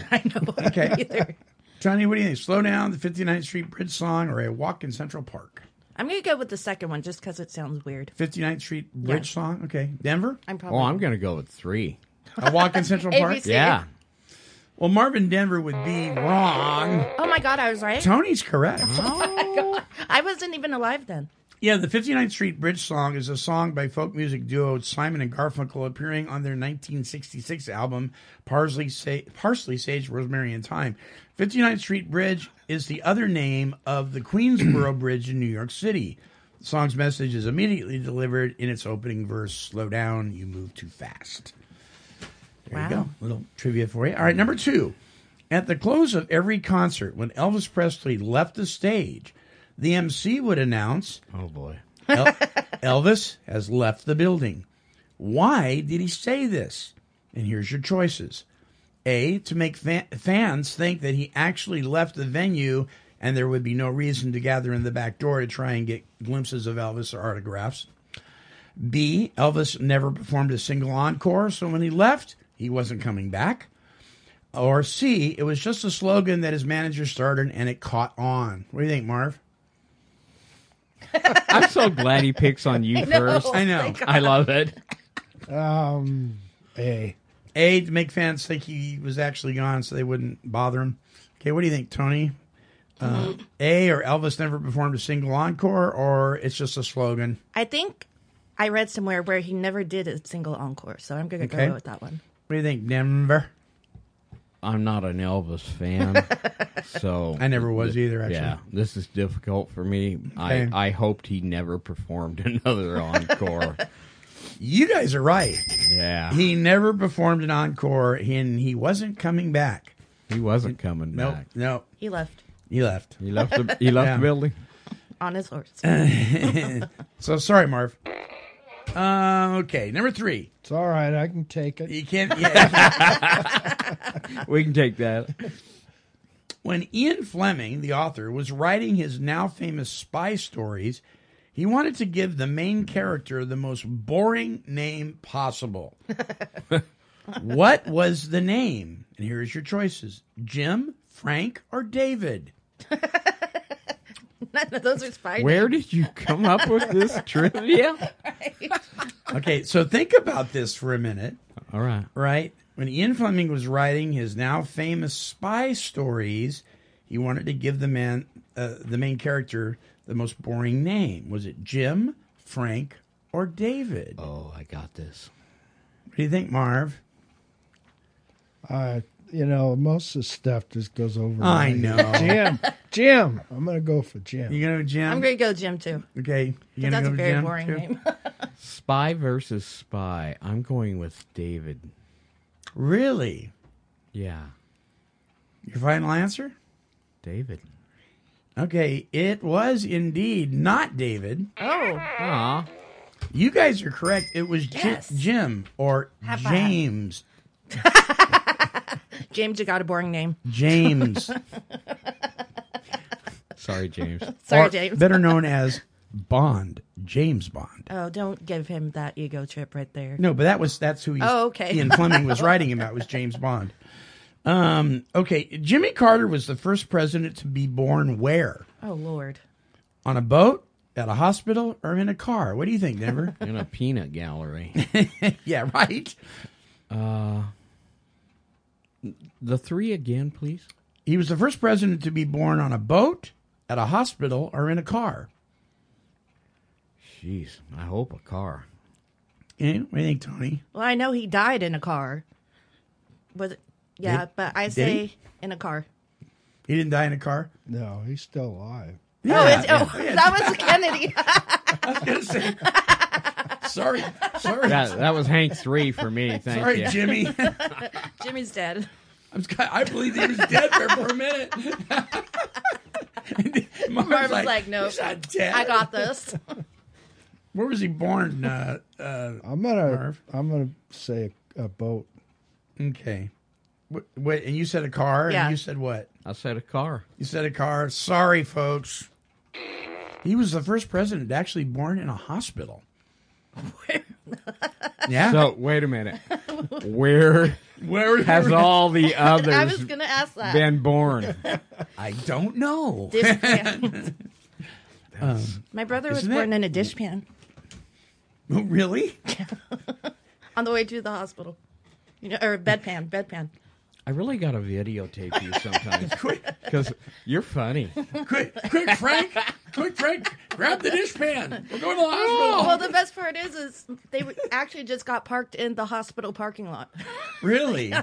[SPEAKER 4] Okay. Johnny, what do you think? Slow down, the 59th Street Bridge song, or a walk in Central Park?
[SPEAKER 5] I'm going to go with the second one just because it sounds weird.
[SPEAKER 4] 59th Street Bridge song? Okay. Denver?
[SPEAKER 5] I'm probably.
[SPEAKER 7] Oh, I'm going to go with three.
[SPEAKER 4] A walk in Central Park?
[SPEAKER 5] ABC. Yeah.
[SPEAKER 4] Well, Marvin Denver would be wrong.
[SPEAKER 5] Oh my God, I was right.
[SPEAKER 4] Tony's correct.
[SPEAKER 5] I wasn't even alive then.
[SPEAKER 4] Yeah, the 59th Street Bridge song is a song by folk music duo Simon and Garfunkel appearing on their 1966 album Parsley, Sa- Parsley Sage, Rosemary and Thyme. 59th Street Bridge is the other name of the Queensboro Bridge in New York City. The song's message is immediately delivered in its opening verse Slow down, you move too fast. There you
[SPEAKER 3] Wow.
[SPEAKER 4] go. Little trivia for you. All right, number two. At the close of every concert, when Elvis Presley left the stage, the MC would announce,
[SPEAKER 7] Oh, boy.
[SPEAKER 4] El- Elvis has left the building. Why did he say this? And here's your choices A, to make fa- fans think that he actually left the venue and there would be no reason to gather in the back door to try and get glimpses of Elvis or autographs. B, Elvis never performed a single encore, so when he left, he wasn't coming back. Or C, it was just a slogan that his manager started and it caught on. What do you think, Marv?
[SPEAKER 7] I'm so glad he picks on you
[SPEAKER 4] I know,
[SPEAKER 5] Oh,
[SPEAKER 7] first.
[SPEAKER 4] I know. thank God.
[SPEAKER 7] I love it.
[SPEAKER 4] Um, A. A to make fans think he was actually gone, so they wouldn't bother him. Okay, what do you think, Tony? Uh, a or Elvis never performed a single encore, or it's just a slogan.
[SPEAKER 5] I think I read somewhere where he never did a single encore, so I'm going to
[SPEAKER 4] Okay.
[SPEAKER 5] go with that one.
[SPEAKER 4] What do you think, Denver?
[SPEAKER 7] I'm not an Elvis fan, so
[SPEAKER 4] I never was either, actually.
[SPEAKER 7] yeah, this is difficult for me.
[SPEAKER 4] Okay.
[SPEAKER 7] I I hoped he never performed another encore.
[SPEAKER 4] You guys are right.
[SPEAKER 7] Yeah, he,
[SPEAKER 4] He never performed an encore, and he wasn't coming back.
[SPEAKER 7] wasn't coming
[SPEAKER 4] Nope,
[SPEAKER 7] back.
[SPEAKER 4] nope.
[SPEAKER 5] He left.
[SPEAKER 4] He left.
[SPEAKER 7] You left the you left
[SPEAKER 4] Yeah.
[SPEAKER 7] the building.
[SPEAKER 5] on his horse.
[SPEAKER 4] Uh, so sorry, Marv. Uh, okay, number three.
[SPEAKER 10] It's all right. I can take it.
[SPEAKER 4] You can't. Yeah.
[SPEAKER 7] we can take that.
[SPEAKER 4] When Ian Fleming, the author, was writing his now famous spy stories, he wanted to give the main character the most boring name possible. what was the name? And here is your choices: Jim, Frank, or David.
[SPEAKER 5] None of those are spider.
[SPEAKER 4] did you come up with this
[SPEAKER 5] Yeah.
[SPEAKER 4] okay, so think about this for a minute.
[SPEAKER 7] All right.
[SPEAKER 4] Right? When Ian Fleming was writing his now famous spy stories, he wanted to give the man, uh, the main character, the most boring name. Was it Jim, Frank, or David?
[SPEAKER 7] Oh, I got this.
[SPEAKER 4] What do you think, Marv?
[SPEAKER 10] Uh, you know, most of the stuff just goes over.
[SPEAKER 4] I
[SPEAKER 10] my
[SPEAKER 4] know.
[SPEAKER 10] head. Jim. Jim. I'm gonna go for Jim.
[SPEAKER 4] You gonna Jim?
[SPEAKER 5] I'm gonna go Jim too.
[SPEAKER 4] Okay.
[SPEAKER 5] Because that's a very boring name.
[SPEAKER 7] Spy versus spy. I'm going with David.
[SPEAKER 4] Really?
[SPEAKER 7] Yeah,
[SPEAKER 4] Your final answer?
[SPEAKER 7] David.
[SPEAKER 4] Okay, it was indeed not David.
[SPEAKER 5] Oh.
[SPEAKER 7] Aw.
[SPEAKER 4] You guys are correct. It was Ji- Jim or
[SPEAKER 5] High five.
[SPEAKER 4] James.
[SPEAKER 5] James, you got a boring name.
[SPEAKER 4] James.
[SPEAKER 7] Sorry, James.
[SPEAKER 5] Sorry,
[SPEAKER 4] Or
[SPEAKER 5] James.
[SPEAKER 4] Better known as Bond, James Bond.
[SPEAKER 5] Oh, don't give him that ego trip right there.
[SPEAKER 4] No, but that was that's who he's,
[SPEAKER 5] Oh, okay.
[SPEAKER 4] Ian Fleming was writing about was James Bond. Um, okay, Jimmy Carter was the first president to be born where?
[SPEAKER 5] Oh Lord.
[SPEAKER 4] On a boat, at a hospital, or in a car? What do you think, Denver?
[SPEAKER 7] In a peanut gallery.
[SPEAKER 4] yeah, right.
[SPEAKER 7] Uh, the three again, please.
[SPEAKER 4] He was the first president to be born on a boat, at a hospital, or in a car.
[SPEAKER 7] Jeez, I hope a car.
[SPEAKER 4] Eh, what do you think, Tony?
[SPEAKER 5] Well, I know he died in a car. Was it? Yeah,
[SPEAKER 4] Did-
[SPEAKER 5] but I
[SPEAKER 4] did
[SPEAKER 5] say
[SPEAKER 4] he?
[SPEAKER 5] in a car.
[SPEAKER 4] He didn't die in a car.
[SPEAKER 10] No, he's still alive.
[SPEAKER 5] oh, it's, oh
[SPEAKER 4] yeah.
[SPEAKER 5] that was Kennedy.
[SPEAKER 4] Sorry, sorry,
[SPEAKER 7] That, that was Hank three for me. Thank
[SPEAKER 4] sorry,
[SPEAKER 7] you.
[SPEAKER 4] Jimmy.
[SPEAKER 5] Jimmy's dead.
[SPEAKER 4] I'm, sc- I believe he was dead there for a minute. Marv's
[SPEAKER 5] Marvin's like, no,
[SPEAKER 4] "He's not dead."
[SPEAKER 5] I got this.
[SPEAKER 4] Where was he born? Uh, uh,
[SPEAKER 10] I'm gonna. I'm gonna say a, a boat.
[SPEAKER 4] okay. What, what, and you said a car,
[SPEAKER 5] Yeah.
[SPEAKER 4] and you said what?
[SPEAKER 7] I said a car.
[SPEAKER 4] You said a car. Sorry, folks. He was the first president actually born in a hospital. yeah.
[SPEAKER 7] So wait a minute. Where
[SPEAKER 4] Where
[SPEAKER 7] has all the others
[SPEAKER 5] I was gonna ask that.
[SPEAKER 7] been born?
[SPEAKER 4] I don't know.
[SPEAKER 5] Dish pan.
[SPEAKER 4] Um,
[SPEAKER 5] My brother was
[SPEAKER 4] Isn't
[SPEAKER 5] born
[SPEAKER 4] it-
[SPEAKER 5] in a dish pan
[SPEAKER 4] oh, really?
[SPEAKER 5] on the way to the hospital. You know, or bedpan, bedpan.
[SPEAKER 7] I really got to videotape you sometimes because you're funny.
[SPEAKER 4] Quick, quick, Frank! Quick, Frank! Grab the dish pan. We're going to the hospital.
[SPEAKER 5] Well, the best part is, is they w- actually just got parked in the hospital parking lot.
[SPEAKER 4] Really?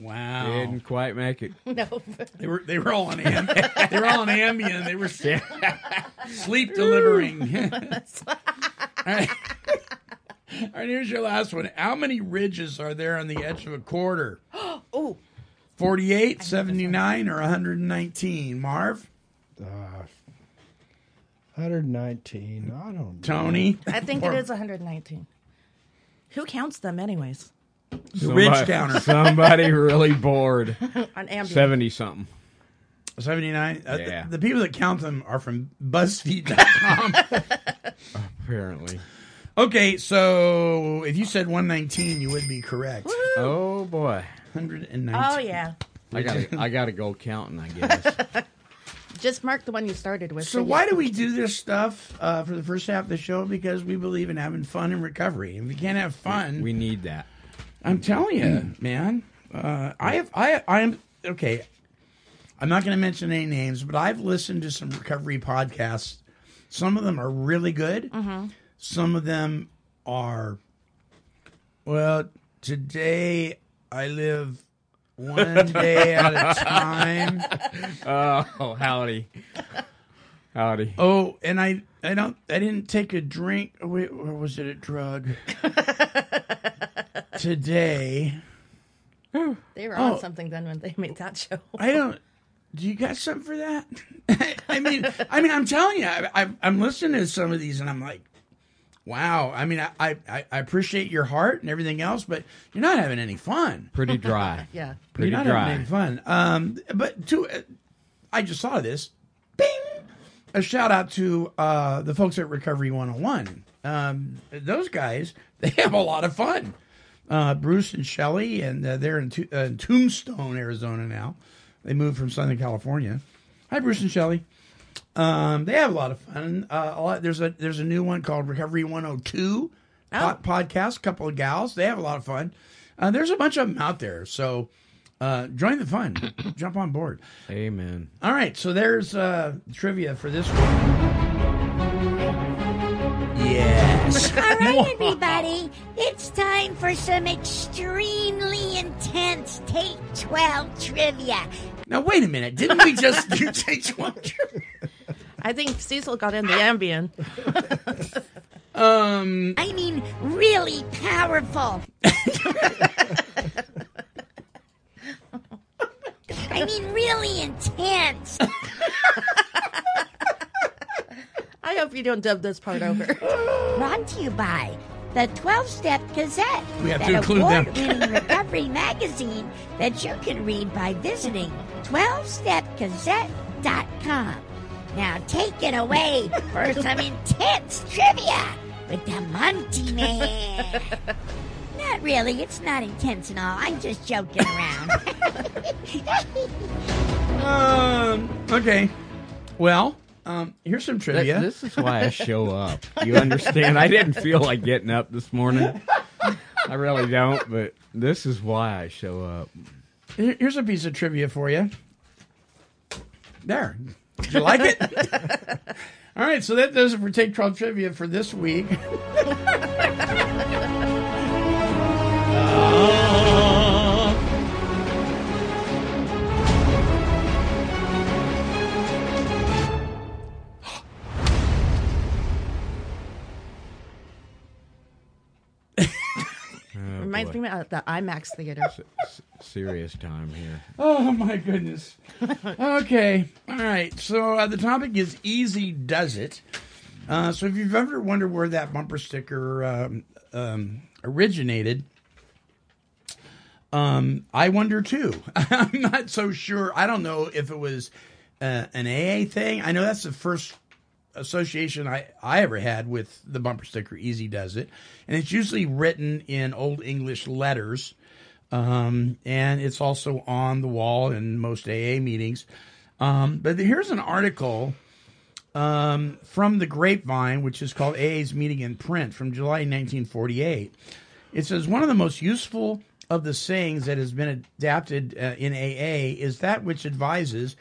[SPEAKER 4] Wow.
[SPEAKER 7] Didn't quite make it.
[SPEAKER 5] No,
[SPEAKER 4] They were they were all on Am- they were all on Ambien. They were s- sleep delivering. all, right. All right, here's your last one. How many ridges are there on the edge of a quarter?
[SPEAKER 5] oh,
[SPEAKER 4] 48, 79, or 119? Marv,
[SPEAKER 10] Uh, 119. I don't. know.
[SPEAKER 4] Tony,
[SPEAKER 5] I think
[SPEAKER 4] Or
[SPEAKER 5] it is 119. Who counts them, anyways?
[SPEAKER 4] the ridge counter.
[SPEAKER 7] Somebody really bored.
[SPEAKER 5] On Ambien.
[SPEAKER 7] Seventy something.
[SPEAKER 4] 79? Uh, th-
[SPEAKER 7] Yeah.
[SPEAKER 4] the, people that count them are from BuzzFeed.com.
[SPEAKER 7] Apparently.
[SPEAKER 4] okay, so if you said 119, you would be correct.
[SPEAKER 7] Oh boy.
[SPEAKER 4] 119.
[SPEAKER 5] Oh yeah,
[SPEAKER 7] I got to I got to go counting. I guess.
[SPEAKER 5] just mark the one you started with.
[SPEAKER 4] So why do we do this stuff uh, for the first half of the show? Because we believe in having fun and recovery. If we can't have fun,
[SPEAKER 7] we need that.
[SPEAKER 4] I'm telling you, man. Uh, I have, I, I am okay. I'm not going to mention any names, but I've listened to some recovery podcasts. Some of them are really good.
[SPEAKER 5] Mm-hmm.
[SPEAKER 4] Some of them are, well, today I live one day at a time.
[SPEAKER 7] Oh howdy, howdy.
[SPEAKER 4] Oh, and I I don't I didn't take a drink. oh, Wait, or was it a drug? Today,
[SPEAKER 5] They were on
[SPEAKER 4] Oh.
[SPEAKER 5] something then when they made that show.
[SPEAKER 4] I don't. do you got something for that? I mean, I mean, I'm telling you, I, I, I'm listening to some of these, and I'm like, wow. I mean, I, I, I appreciate your heart and everything else, but you're not having any fun.
[SPEAKER 7] Pretty dry.
[SPEAKER 5] yeah.
[SPEAKER 7] Pretty
[SPEAKER 4] you're not
[SPEAKER 7] dry.
[SPEAKER 4] having any fun. Um, but to, uh, I just saw this. Bing. A shout out to uh, the folks at Recovery 101. Um, those guys, they have a lot of fun. Uh, Bruce and Shelley, and uh, they're in, to- uh, in Tombstone, Arizona now. They moved from Southern California. Hi, Bruce and Shelley. Um, they have a lot of fun. Uh, a lot, there's a there's a new one called Recovery 102
[SPEAKER 7] Oh.
[SPEAKER 4] po- podcast. Couple of gals. They have a lot of fun. Uh, there's a bunch of them out there. So uh, join the fun. Jump on board.
[SPEAKER 7] Amen.
[SPEAKER 4] All right. So there's uh, trivia for this one. Yes.
[SPEAKER 6] All right, everybody, it's time for some extremely intense Take 12 trivia.
[SPEAKER 4] Now wait a minute. Didn't we just do Take 12
[SPEAKER 5] I think Cecil got in the Ambien.
[SPEAKER 4] um,
[SPEAKER 6] I mean, really powerful. I mean, really intense.
[SPEAKER 5] I hope you don't dub this part over.
[SPEAKER 4] Oh,
[SPEAKER 6] Brought to you by the 12 Step Gazette,
[SPEAKER 5] We have
[SPEAKER 6] that
[SPEAKER 5] to include them.
[SPEAKER 6] award-winning recovery magazine that you can read by visiting 12stepgazette.com. Now, take it away for some intense trivia with the Monty Man. Not really, it's not intense and all. I'm just joking around.
[SPEAKER 4] Um. Okay. Well. Um. Here's some
[SPEAKER 7] That-
[SPEAKER 4] trivia.
[SPEAKER 7] this is why I show up. You understand? I didn't feel like getting up this morning. I really don't, but this is why I show up.
[SPEAKER 4] Here- Here's a piece of trivia for you. There. Did you like it? All right, so that does it for Take 12 Trivia for this week.
[SPEAKER 7] Oh,
[SPEAKER 5] Reminds me of the IMAX theater.
[SPEAKER 7] Serious time here.
[SPEAKER 4] Oh, my goodness. Okay. All right. So uh, the topic is easy does it. Uh, so if you've ever wondered where that bumper sticker um, um, originated, um, I wonder too. I'm not so sure. I don't know if it was uh, an AA thing. I know that's the first association I, I ever had with the bumper sticker easy does it and it's usually written in old english letters um, and it's also on the wall in most aa meetings um, but here's an article um, from the grapevine which is called aa's meeting in print from july 1948 it says one of the most useful of the sayings that has been adapted uh, in aa is that which advises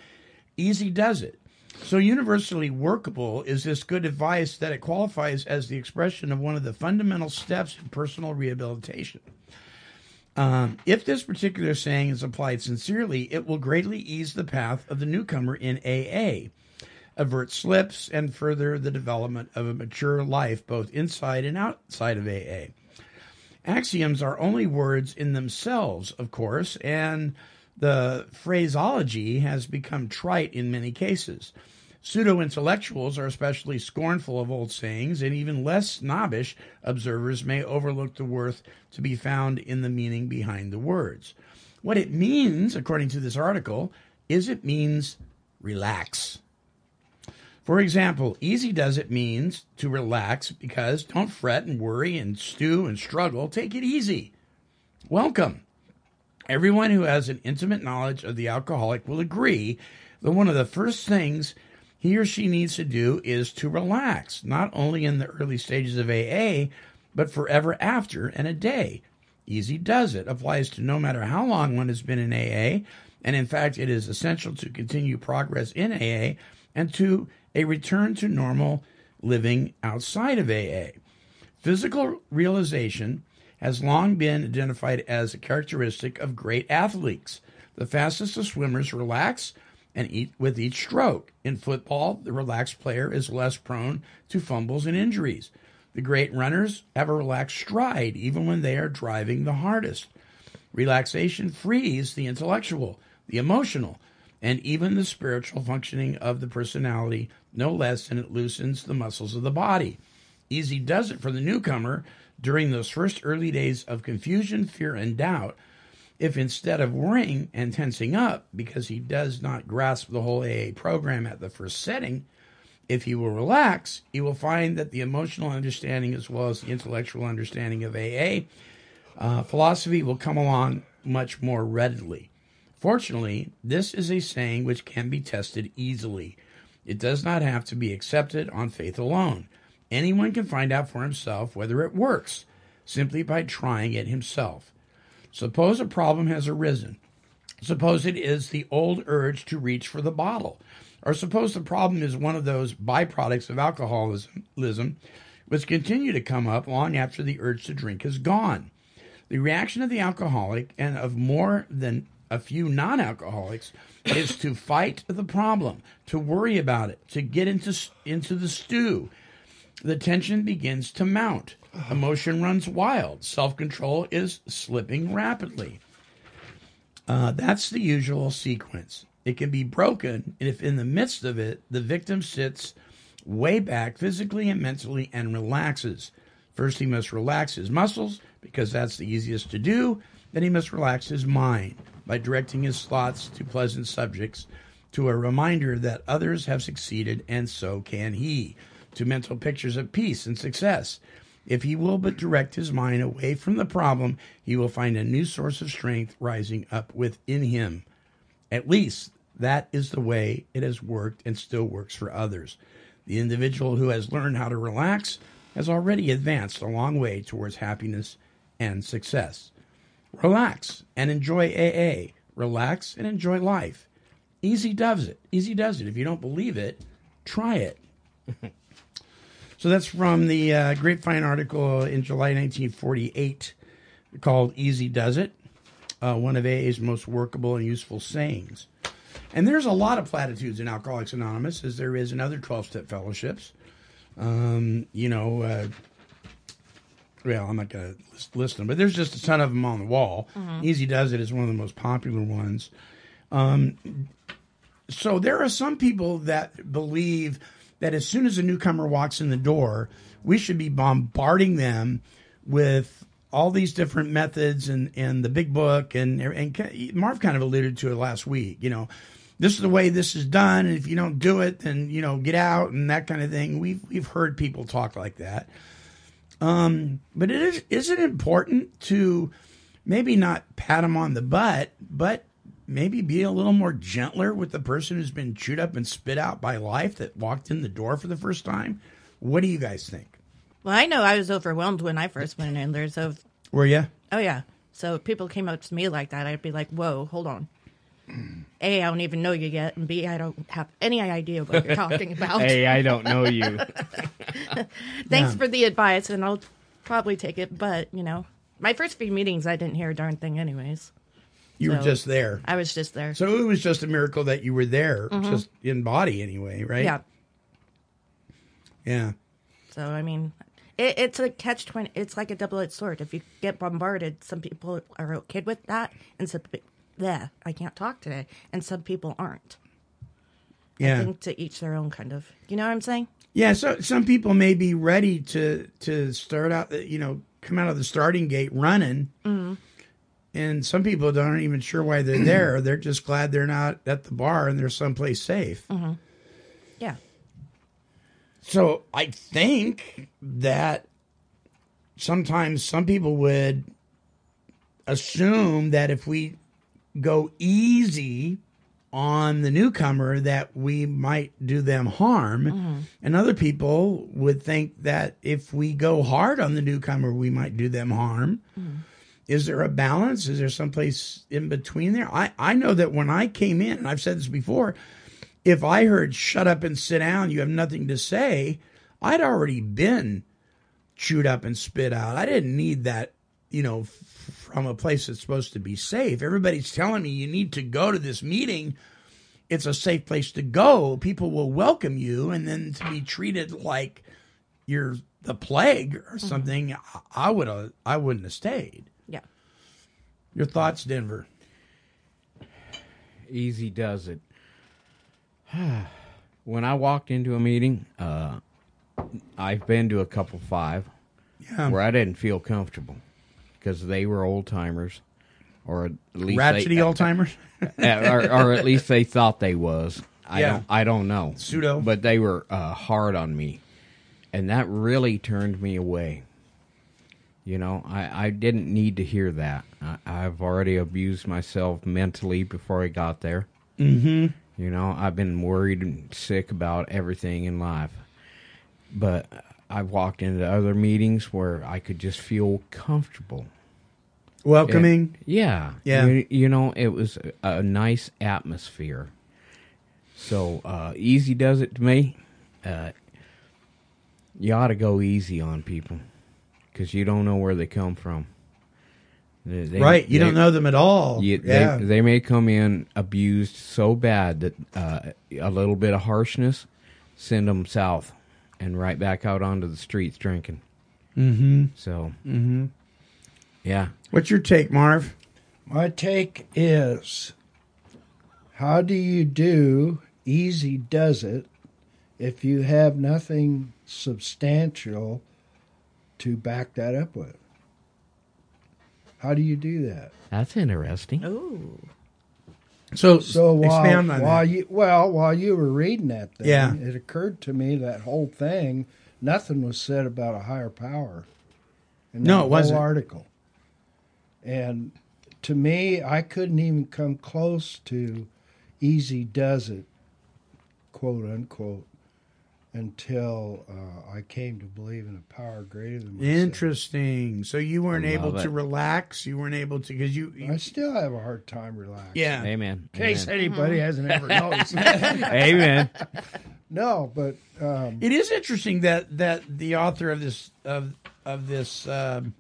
[SPEAKER 4] easy does it so universally workable is this good advice that it qualifies as the expression of one of the fundamental steps in personal rehabilitation. Um, if this particular saying is applied sincerely, it will greatly ease the path of the newcomer in AA, avert slips, and further the development of a mature life both inside and outside of AA. Axioms are only words in themselves, of course, and the phraseology has become trite in many cases. Pseudo intellectuals are especially scornful of old sayings, and even less snobbish observers may overlook the worth to be found in the meaning behind the words. What it means, according to this article, is it means relax. For example, easy does it means to relax because don't fret and worry and stew and struggle. Take it easy. Welcome. Everyone who has an intimate knowledge of the alcoholic will agree that one of the first things he or she needs to do is to relax, not only in the early stages of AA, but forever after and a day. Easy does it applies to no matter how long one has been in AA, and in fact, it is essential to continue progress in AA and to a return to normal living outside of AA. Physical realization has long been identified as a characteristic of great athletes. The fastest of swimmers relax and eat with each stroke. In football, the relaxed player is less prone to fumbles and injuries. The great runners have a relaxed stride even when they are driving the hardest. Relaxation frees the intellectual, the emotional, and even the spiritual functioning of the personality no less than it loosens the muscles of the body. Easy does it for the newcomer during those first early days of confusion, fear, and doubt. If instead of worrying and tensing up because he does not grasp the whole AA program at the first setting, if he will relax, he will find that the emotional understanding as well as the intellectual understanding of AA uh, philosophy will come along much more readily. Fortunately, this is a saying which can be tested easily. It does not have to be accepted on faith alone. Anyone can find out for himself whether it works simply by trying it himself. Suppose a problem has arisen. Suppose it is the old urge to reach for the bottle. Or suppose the problem is one of those byproducts of alcoholism which continue to come up long after the urge to drink is gone. The reaction of the alcoholic and of more than a few non alcoholics is to fight the problem, to worry about it, to get into, into the stew. The tension begins to mount. Emotion runs wild. Self control is slipping rapidly. Uh, that's the usual sequence. It can be broken if, in the midst of it, the victim sits way back physically and mentally and relaxes. First, he must relax his muscles because that's the easiest to do. Then, he must relax his mind by directing his thoughts to pleasant subjects, to a reminder that others have succeeded and so can he, to mental pictures of peace and success. If he will but direct his mind away from the problem, he will find a new source of strength rising up within him. At least that is the way it has worked and still works for others. The individual who has learned how to relax has already advanced a long way towards happiness and success. Relax and enjoy AA. Relax and enjoy life. Easy does it. Easy does it. If you don't believe it, try it. so that's from the uh, Grapevine article in July 1948 called Easy Does It, uh, one of AA's most workable and useful sayings. And there's a lot of platitudes in Alcoholics Anonymous, as there is in other 12 step fellowships. Um, you know, uh, well, I'm not going to list, list them, but there's just a ton of them on the wall.
[SPEAKER 13] Mhm.
[SPEAKER 4] Easy Does It is one of the most popular ones. Um, so there are some people that believe that as soon as a newcomer walks in the door, we should be bombarding them with all these different methods and, and the big book and and ki- Marv kind of alluded to it last week. You know, this is the way this is done, and if you don't do it, then you know get out and that kind of thing. We've we've heard people talk like that. Um, but it is is it important to maybe not pat them on the butt, but maybe be a little more gentler with the person who's been chewed up and spit out by life that walked in the door for the first time? What do you guys think?
[SPEAKER 14] Well, I know I was overwhelmed when I first went in there. So,
[SPEAKER 4] Were you?
[SPEAKER 14] oh yeah. So if people came up to me like that, I'd be like, "Whoa, hold on." A, I don't even know you yet, and B, I don't have any idea what you're talking about.
[SPEAKER 7] Hey, I don't know you.
[SPEAKER 14] Thanks
[SPEAKER 7] Yeah.
[SPEAKER 14] for the advice, and I'll probably take it. But you know, my first few meetings, I didn't hear a darn thing, anyways.
[SPEAKER 4] You were
[SPEAKER 14] So,
[SPEAKER 4] just there.
[SPEAKER 14] I was just there.
[SPEAKER 4] So it was just a miracle that you were there,
[SPEAKER 14] Mhm.
[SPEAKER 4] just in body anyway, right?
[SPEAKER 14] Yeah.
[SPEAKER 4] Yeah.
[SPEAKER 14] So I mean, it, it's a catch twenty. It's like a double edged sword. If you get bombarded, some people are okay with that, and some pe- bleh, I can't talk today, and some people aren't.
[SPEAKER 4] Yeah.
[SPEAKER 14] I think to each their own, kind of. You know what I'm saying?
[SPEAKER 4] Yeah, so some people may be ready to to start out, you know, come out of the starting gate running,
[SPEAKER 14] Mm-hmm.
[SPEAKER 4] and some people aren't even sure why they're there. they're just glad they're not at the bar and they're someplace safe.
[SPEAKER 14] Mm-hmm. Yeah.
[SPEAKER 4] So I think that sometimes some people would assume that if we go easy on the newcomer that we might do them harm and other people would think that if we go hard on the newcomer we might do them harm is there a balance is there someplace in between there i i know that when i came in and i've said this before if i heard shut up and sit down you have nothing to say i'd already been chewed up and spit out i didn't need that you know f- from a place that's supposed to be safe everybody's telling me you need to go to this meeting it's a safe place to go people will welcome you and then to be treated like you're the plague or something i, I would have i wouldn't have stayed
[SPEAKER 14] Yeah.
[SPEAKER 4] your thoughts, Denver?
[SPEAKER 7] Easy does it. when I walked into a meeting, uh, I've been to a couple five
[SPEAKER 4] Yeah.
[SPEAKER 7] where I didn't feel comfortable because they were old timers, or at least
[SPEAKER 4] Rhapsody
[SPEAKER 7] they,
[SPEAKER 4] old-timers?
[SPEAKER 7] Uh, or, or at least they thought they was. I
[SPEAKER 4] Yeah.
[SPEAKER 7] don't. I don't know.
[SPEAKER 4] Pseudo.
[SPEAKER 7] but they were uh, hard on me, and that really turned me away. You know, I, I didn't need to hear that. I, I've already abused myself mentally before I got there.
[SPEAKER 4] Mhm.
[SPEAKER 7] You know, I've been worried and sick about everything in life. But I've walked into other meetings where I could just feel comfortable.
[SPEAKER 4] Welcoming?
[SPEAKER 7] And- yeah.
[SPEAKER 4] Yeah.
[SPEAKER 7] You, you know, it was a, a nice atmosphere. So uh, easy does it to me. Uh, you ought to go easy on people because you don't know where they come from. They- they-
[SPEAKER 4] Right, you don't know them at all.
[SPEAKER 7] You- they-
[SPEAKER 4] Yeah.
[SPEAKER 7] they, may come in abused so bad that uh, a little bit of harshness send them south and right back out onto the streets drinking.
[SPEAKER 4] Mm-hmm.
[SPEAKER 7] So
[SPEAKER 4] Mm-hmm.
[SPEAKER 7] yeah,
[SPEAKER 4] What's your take, Marv?
[SPEAKER 10] My take is how do you do easy does it if you have nothing substantial to back that up with? How do you do that?
[SPEAKER 7] that's interesting.
[SPEAKER 14] Ooh.
[SPEAKER 4] So,
[SPEAKER 10] so while,
[SPEAKER 4] expand on
[SPEAKER 10] while
[SPEAKER 4] that.
[SPEAKER 10] you well while you were reading that thing,
[SPEAKER 4] Yeah.
[SPEAKER 10] it occurred to me that whole thing, nothing was said about a higher power. In
[SPEAKER 4] No,
[SPEAKER 10] that
[SPEAKER 4] it wasn't.
[SPEAKER 10] Whole article, and to me, I couldn't even come close to "easy does it," quote unquote, until uh, I came to believe in a power greater than myself.
[SPEAKER 4] Interesting. So you weren't
[SPEAKER 10] I
[SPEAKER 4] able
[SPEAKER 10] love
[SPEAKER 4] to
[SPEAKER 10] it.
[SPEAKER 4] relax. You weren't able to because you, you.
[SPEAKER 10] I still have a hard time relaxing.
[SPEAKER 4] Yeah.
[SPEAKER 7] Amen.
[SPEAKER 10] In case anybody hasn't ever noticed.
[SPEAKER 7] Amen.
[SPEAKER 10] No, but um,
[SPEAKER 4] It is interesting that that the author of this of of this um,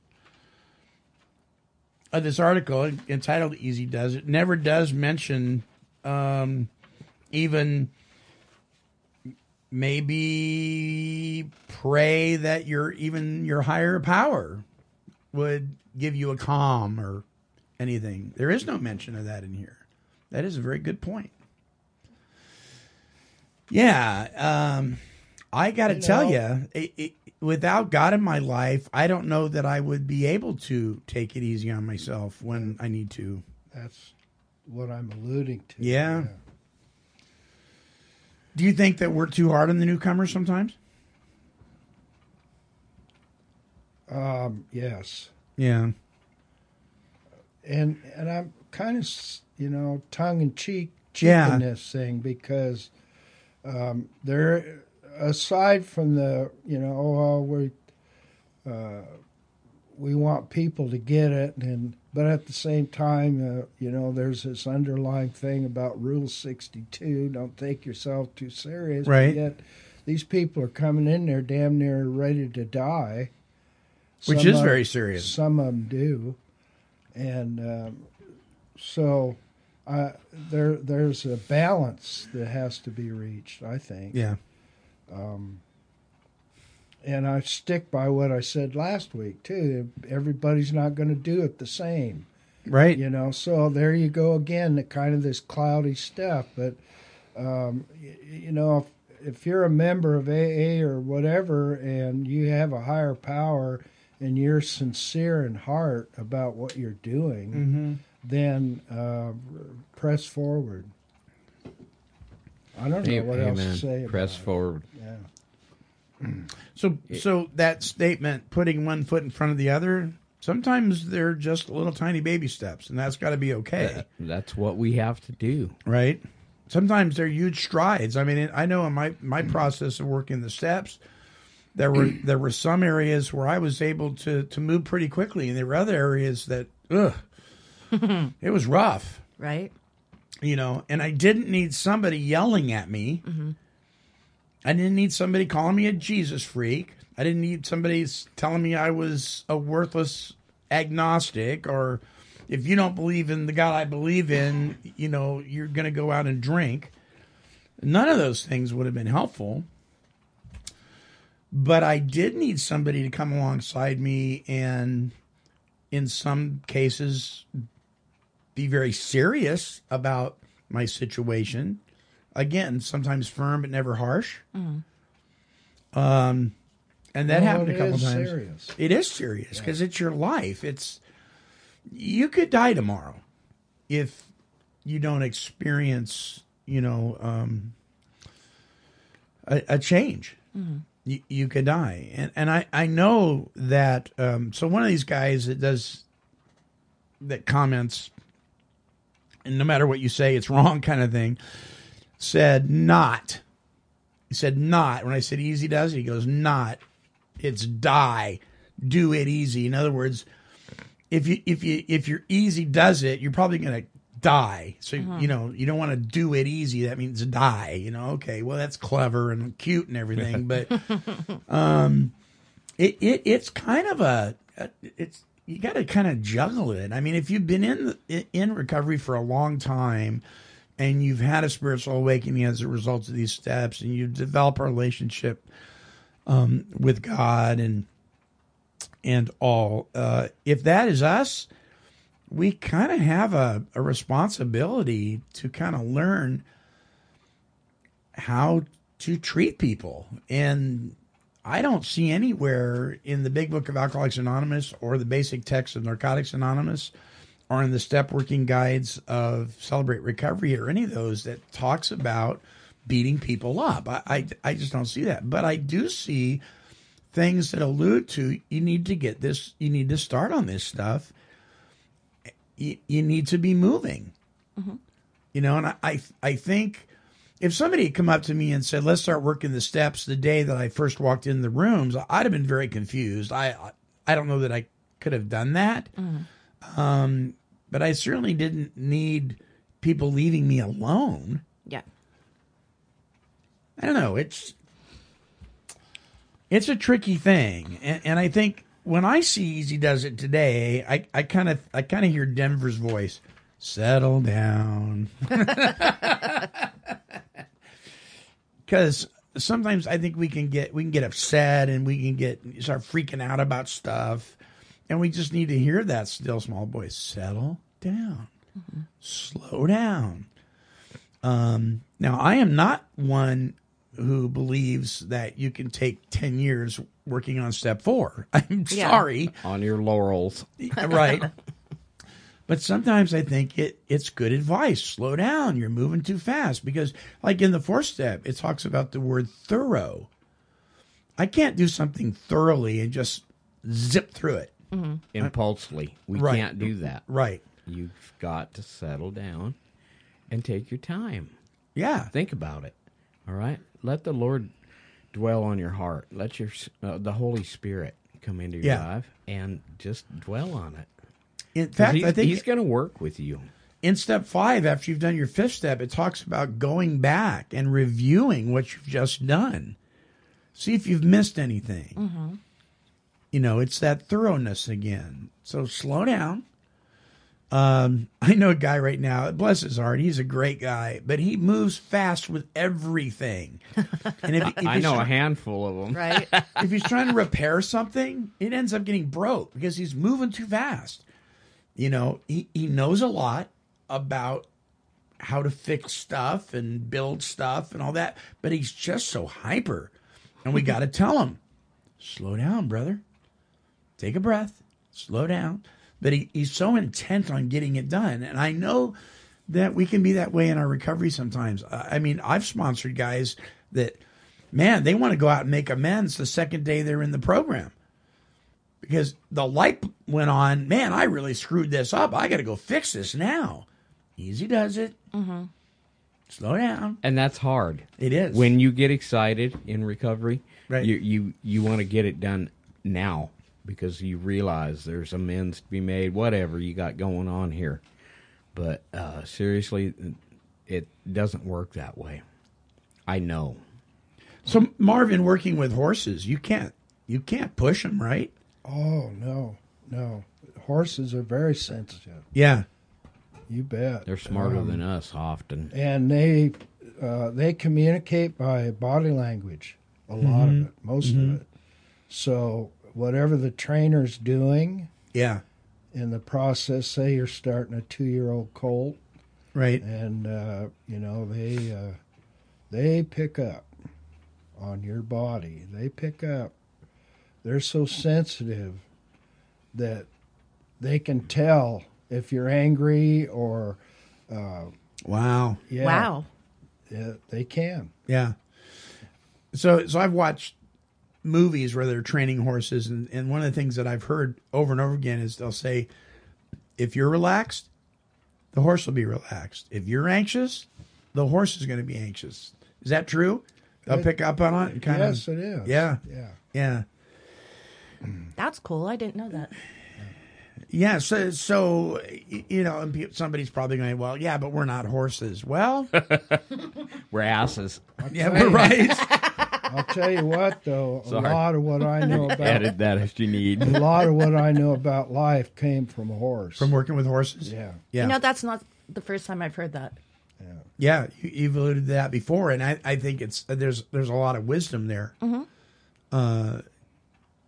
[SPEAKER 4] of this article entitled "Easy Does It" never does mention um, even maybe pray that your even your higher power would give you a calm or anything. There is no mention of that in here. That is a very good point. Yeah, um, I got to
[SPEAKER 10] You
[SPEAKER 4] tell
[SPEAKER 10] know-
[SPEAKER 4] you, it, it, without God in my life, I don't know that I would be able to take it easy on myself when I need to.
[SPEAKER 10] that's what I'm alluding to.
[SPEAKER 4] Yeah. Do you think that we're too hard on the newcomers sometimes?
[SPEAKER 10] Um, yes,
[SPEAKER 4] Yeah.
[SPEAKER 10] and and I'm kind of s- you know tongue in cheek cheeking
[SPEAKER 4] Yeah.
[SPEAKER 10] this thing because um, there, aside from the you know oh well, we uh, we want people to get it and but at the same time uh, you know there's this underlying thing about Rule 62 don't take yourself too serious but
[SPEAKER 4] Right.
[SPEAKER 10] yet these people are coming in there damn near ready to die.
[SPEAKER 4] Which is
[SPEAKER 10] of-
[SPEAKER 4] very serious.
[SPEAKER 10] Some of them do, and um, so uh, there there's a balance that has to be reached. I think.
[SPEAKER 4] Yeah.
[SPEAKER 10] Um, and I stick by what I said last week too. Everybody's not going to do it the same,
[SPEAKER 4] Right.
[SPEAKER 10] You know, so there you go again. The kind of this cloudy stuff, but um, y- you know, if, if you're a member of AA or whatever, and you have a higher power, and you're sincere in heart about what you're doing, then uh, press forward. I don't know what else to say. about
[SPEAKER 7] Press
[SPEAKER 10] it.
[SPEAKER 7] forward.
[SPEAKER 10] Yeah.
[SPEAKER 4] So so that statement putting one foot in front of the other, sometimes they're just little tiny baby steps and that's got to be okay.
[SPEAKER 7] That- that's what we have to do.
[SPEAKER 4] Right? Sometimes they're huge strides. I mean, it- I know in my my process of working the steps there were there were some areas where I was able to to move pretty quickly and there were other areas that ugh, it was rough,
[SPEAKER 14] right?
[SPEAKER 4] you know, and I didn't need somebody yelling at me.
[SPEAKER 14] Mhm.
[SPEAKER 4] I didn't need somebody calling me a Jesus freak. I didn't need somebody s- telling me I was a worthless agnostic or if you don't believe in the God I believe in, you know, you're going to go out and drink. None of those things would have been helpful. But I did need somebody to come alongside me and, in some cases, be very serious about my situation again, sometimes firm but never harsh.
[SPEAKER 3] Mhm.
[SPEAKER 4] Um, and that
[SPEAKER 10] Well,
[SPEAKER 4] happened a
[SPEAKER 10] it
[SPEAKER 4] couple
[SPEAKER 10] is
[SPEAKER 4] times.
[SPEAKER 10] serious.
[SPEAKER 4] It is serious because it's your life. It's you could die tomorrow if you don't experience, you know, um, a, a change.
[SPEAKER 10] Mm-hmm.
[SPEAKER 3] Mhm.
[SPEAKER 4] You, you could die, and and I I know that. Um, so one of these guys that does that comments, and no matter what you say, it's wrong kind of thing. Said not. He said not. When I said easy does it, he goes not. It's die. Do it easy. In other words, if you if you if your easy does it, you're probably gonna die. So
[SPEAKER 3] Mhm.
[SPEAKER 4] you know you don't want to do it easy. That means die. You know. Okay. Well, that's clever and cute and everything, but um, it, it it's kind of a it's you got to kind of juggle it. I mean, if you've been in the, in recovery for a long time and you've had a spiritual awakening as a result of these steps and you've developed a relationship um, with God and and all uh, if that is us we kind of have a, a responsibility to kind of learn how to treat people. And I don't see anywhere in the big book of Alcoholics Anonymous or the basic text of Narcotics Anonymous or in the step working guides of Celebrate Recovery or any of those that talks about beating people up. I, I, I just don't see that. But I do see things that allude to you need to get this, you need to start on this stuff. You, you need to be moving you know and I, I i think if somebody had come up to me and said let's start working the steps the day that i first walked in the rooms i'd have been very confused i I- i don't know that i could have done that um but i certainly didn't need people leaving me alone
[SPEAKER 14] Yeah.
[SPEAKER 4] I don't know. It's it's a tricky thing, and, and I think when I see Easy does it today, I I kind of I kind of hear Denver's voice. Settle down, because sometimes I think we can get we can get upset and we can get start freaking out about stuff, and we just need to hear that still small voice. Settle down, slow down. Um, now, I am not one who believes that you can take 10 years working on step four. I'm
[SPEAKER 7] Yeah.
[SPEAKER 4] sorry.
[SPEAKER 7] on your laurels.
[SPEAKER 4] right. But sometimes I think it, it's good advice. Slow down. You're moving too fast. Because, like in the fourth step, it talks about the word thorough. I can't do something thoroughly and just zip through it.
[SPEAKER 7] Impulsively. We
[SPEAKER 4] Right.
[SPEAKER 7] can't do that.
[SPEAKER 4] Right.
[SPEAKER 7] You've got to settle down and take your time.
[SPEAKER 4] Yeah.
[SPEAKER 7] Think about it. All right? Let the Lord dwell on your heart. Let your uh, the Holy Spirit come into your
[SPEAKER 4] Yeah.
[SPEAKER 7] life and just dwell on it.
[SPEAKER 4] In
[SPEAKER 7] 'Cause
[SPEAKER 4] fact,
[SPEAKER 7] he's-
[SPEAKER 4] I think
[SPEAKER 7] he's going to work with you.
[SPEAKER 4] in step five, after you've done your fifth step, it talks about going back and reviewing what you've just done. See if you've missed anything.
[SPEAKER 3] Mm-hmm.
[SPEAKER 4] You know, it's that thoroughness again. So slow down. Um, I know a guy right now, bless his heart, he's a great guy, but he moves fast with everything. And if, if
[SPEAKER 7] I
[SPEAKER 4] he's
[SPEAKER 7] know a
[SPEAKER 4] try-
[SPEAKER 7] handful of them.
[SPEAKER 4] if he's trying to repair something, it ends up getting broke because he's moving too fast. You know, he, he knows a lot about how to fix stuff and build stuff and all that, but he's just so hyper. And we got to tell him, slow down, brother. Take a breath, slow down. But he, he's so intent on getting it done. And I know that we can be that way in our recovery sometimes. I I mean, I've sponsored guys that man, they want to go out and make amends the second day they're in the program because the light went on. Man, I really screwed this up. I got to go fix this now. Easy does it.
[SPEAKER 3] Mm-hmm.
[SPEAKER 4] Slow down.
[SPEAKER 7] And that's hard.
[SPEAKER 4] It is.
[SPEAKER 7] When you get excited in recovery,
[SPEAKER 4] Right.
[SPEAKER 7] you you, you want to get it done now because you realize there's amends to be made, whatever you got going on here. But uh, seriously, it doesn't work that way. I know.
[SPEAKER 4] So Marvin, working with horses, you can't you can't push them, right?
[SPEAKER 10] Oh no, no. Horses are very sensitive.
[SPEAKER 4] Yeah.
[SPEAKER 10] You bet.
[SPEAKER 7] They're smarter
[SPEAKER 10] Um,
[SPEAKER 7] than us often.
[SPEAKER 10] and they uh, they communicate by body language a lot
[SPEAKER 7] Mhm.
[SPEAKER 10] of it most
[SPEAKER 7] Mhm.
[SPEAKER 10] of it so whatever the trainer's doing
[SPEAKER 4] Yeah.
[SPEAKER 10] in the process say you're starting a two-year-old colt
[SPEAKER 4] Right.
[SPEAKER 10] and uh, you know they uh, They pick up on your body. They pick up. They're so sensitive that they can tell if you're angry or. Uh,
[SPEAKER 4] Wow.
[SPEAKER 10] yeah.
[SPEAKER 14] Wow.
[SPEAKER 10] Yeah, they can.
[SPEAKER 4] Yeah. So so I've watched movies where they're training horses and, and one of the things that I've heard over and over again is they'll say, if you're relaxed, the horse will be relaxed. If you're anxious, the horse is going to be anxious. Is that true? They'll
[SPEAKER 10] It-
[SPEAKER 4] pick up on it and kind
[SPEAKER 10] yes,
[SPEAKER 4] of
[SPEAKER 10] it is.
[SPEAKER 4] Yeah.
[SPEAKER 10] Yeah.
[SPEAKER 4] Yeah.
[SPEAKER 14] That's cool. I didn't know that.
[SPEAKER 4] Yeah, so so y- you know, and pe- somebody's probably going, well, yeah, but we're not horses. Well,
[SPEAKER 7] We're asses.
[SPEAKER 4] yeah, we're right.
[SPEAKER 10] I'll tell you what, though, a
[SPEAKER 7] Sorry.
[SPEAKER 10] lot of what I know about
[SPEAKER 7] Edit that if you need.
[SPEAKER 10] a lot of what I know about life came from a horse. From
[SPEAKER 4] working with horses.
[SPEAKER 10] Yeah.
[SPEAKER 4] Yeah.
[SPEAKER 14] You know, that's not the first time I've heard that.
[SPEAKER 4] Yeah, you, you've alluded to that before, and I, I think it's there's there's a lot of wisdom there.
[SPEAKER 14] Mhm.
[SPEAKER 4] Uh,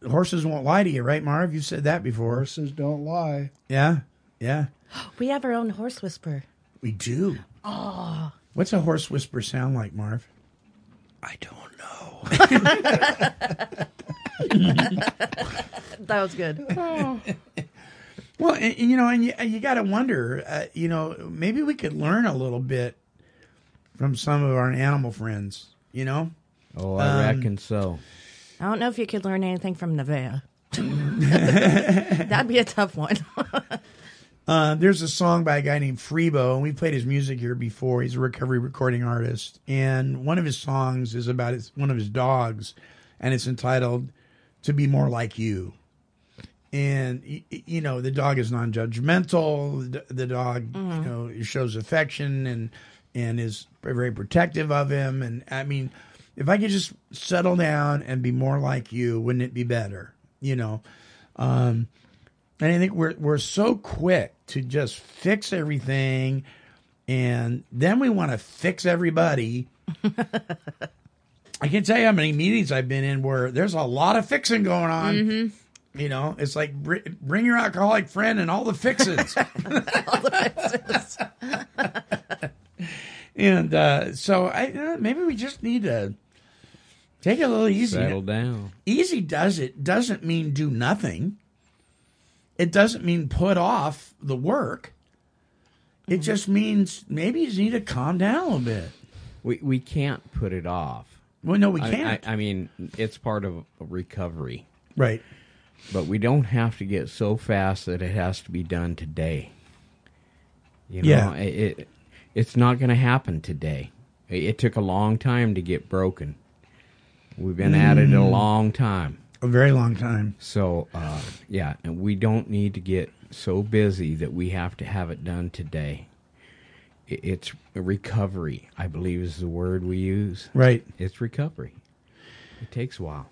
[SPEAKER 4] horses won't lie to you, right, Marv? You've said that before.
[SPEAKER 10] Horses don't lie.
[SPEAKER 4] Yeah, yeah,
[SPEAKER 14] We have our own horse whisperer.
[SPEAKER 4] we do.
[SPEAKER 14] Oh.
[SPEAKER 4] What's a horse whisper sound like, Marv?
[SPEAKER 14] That was good.
[SPEAKER 4] Well, and, and, you know, and you, and you got to wonder, uh, you know, maybe we could learn a little bit from some of our animal friends. You know,
[SPEAKER 7] Oh, I
[SPEAKER 4] Um,
[SPEAKER 7] reckon so.
[SPEAKER 14] I don't know if you could learn anything from Nevaeh. That'd be a tough one.
[SPEAKER 4] Uh, there's a song by a guy named Freebo, and we played his music here before. He's a recovery recording artist, and one of his songs is about his, one of his dogs, and it's entitled "To Be More Like You." And y- y- you know, the dog is non-judgmental. The, the dog,
[SPEAKER 13] Mhm.
[SPEAKER 4] you know, shows affection and and is very protective of him. And I mean, if I could just settle down and be more like you, wouldn't it be better? You know. Um, and I think we're we're so quick to just fix everything, and then we want to fix everybody. I can tell you how many meetings I've been in where there's a lot of fixing going on. You know, it's like br- bring your alcoholic friend and all the fixes. and uh, so I uh, maybe we just need to take it a little easy.
[SPEAKER 7] Settle down.
[SPEAKER 4] Easy does it doesn't mean do nothing. It doesn't mean put off the work. It
[SPEAKER 10] Mm-hmm.
[SPEAKER 4] just means maybe you just need to calm down a little bit.
[SPEAKER 7] We we can't put it off.
[SPEAKER 4] Well, no, we
[SPEAKER 7] I-
[SPEAKER 4] can't.
[SPEAKER 7] I, I mean, it's part of recovery,
[SPEAKER 4] Right.
[SPEAKER 7] but we don't have to get so fast that it has to be done today. You know,
[SPEAKER 4] Yeah.
[SPEAKER 7] it, it it's not going to happen today. It, it took a long time to get broken. We've been at it a
[SPEAKER 4] Mm.
[SPEAKER 7] long time.
[SPEAKER 4] A very long time.
[SPEAKER 7] So, uh, yeah, and we don't need to get so busy that we have to have it done today. I- It's recovery, I believe, is the word we use.
[SPEAKER 4] Right.
[SPEAKER 7] It's recovery. It takes a while.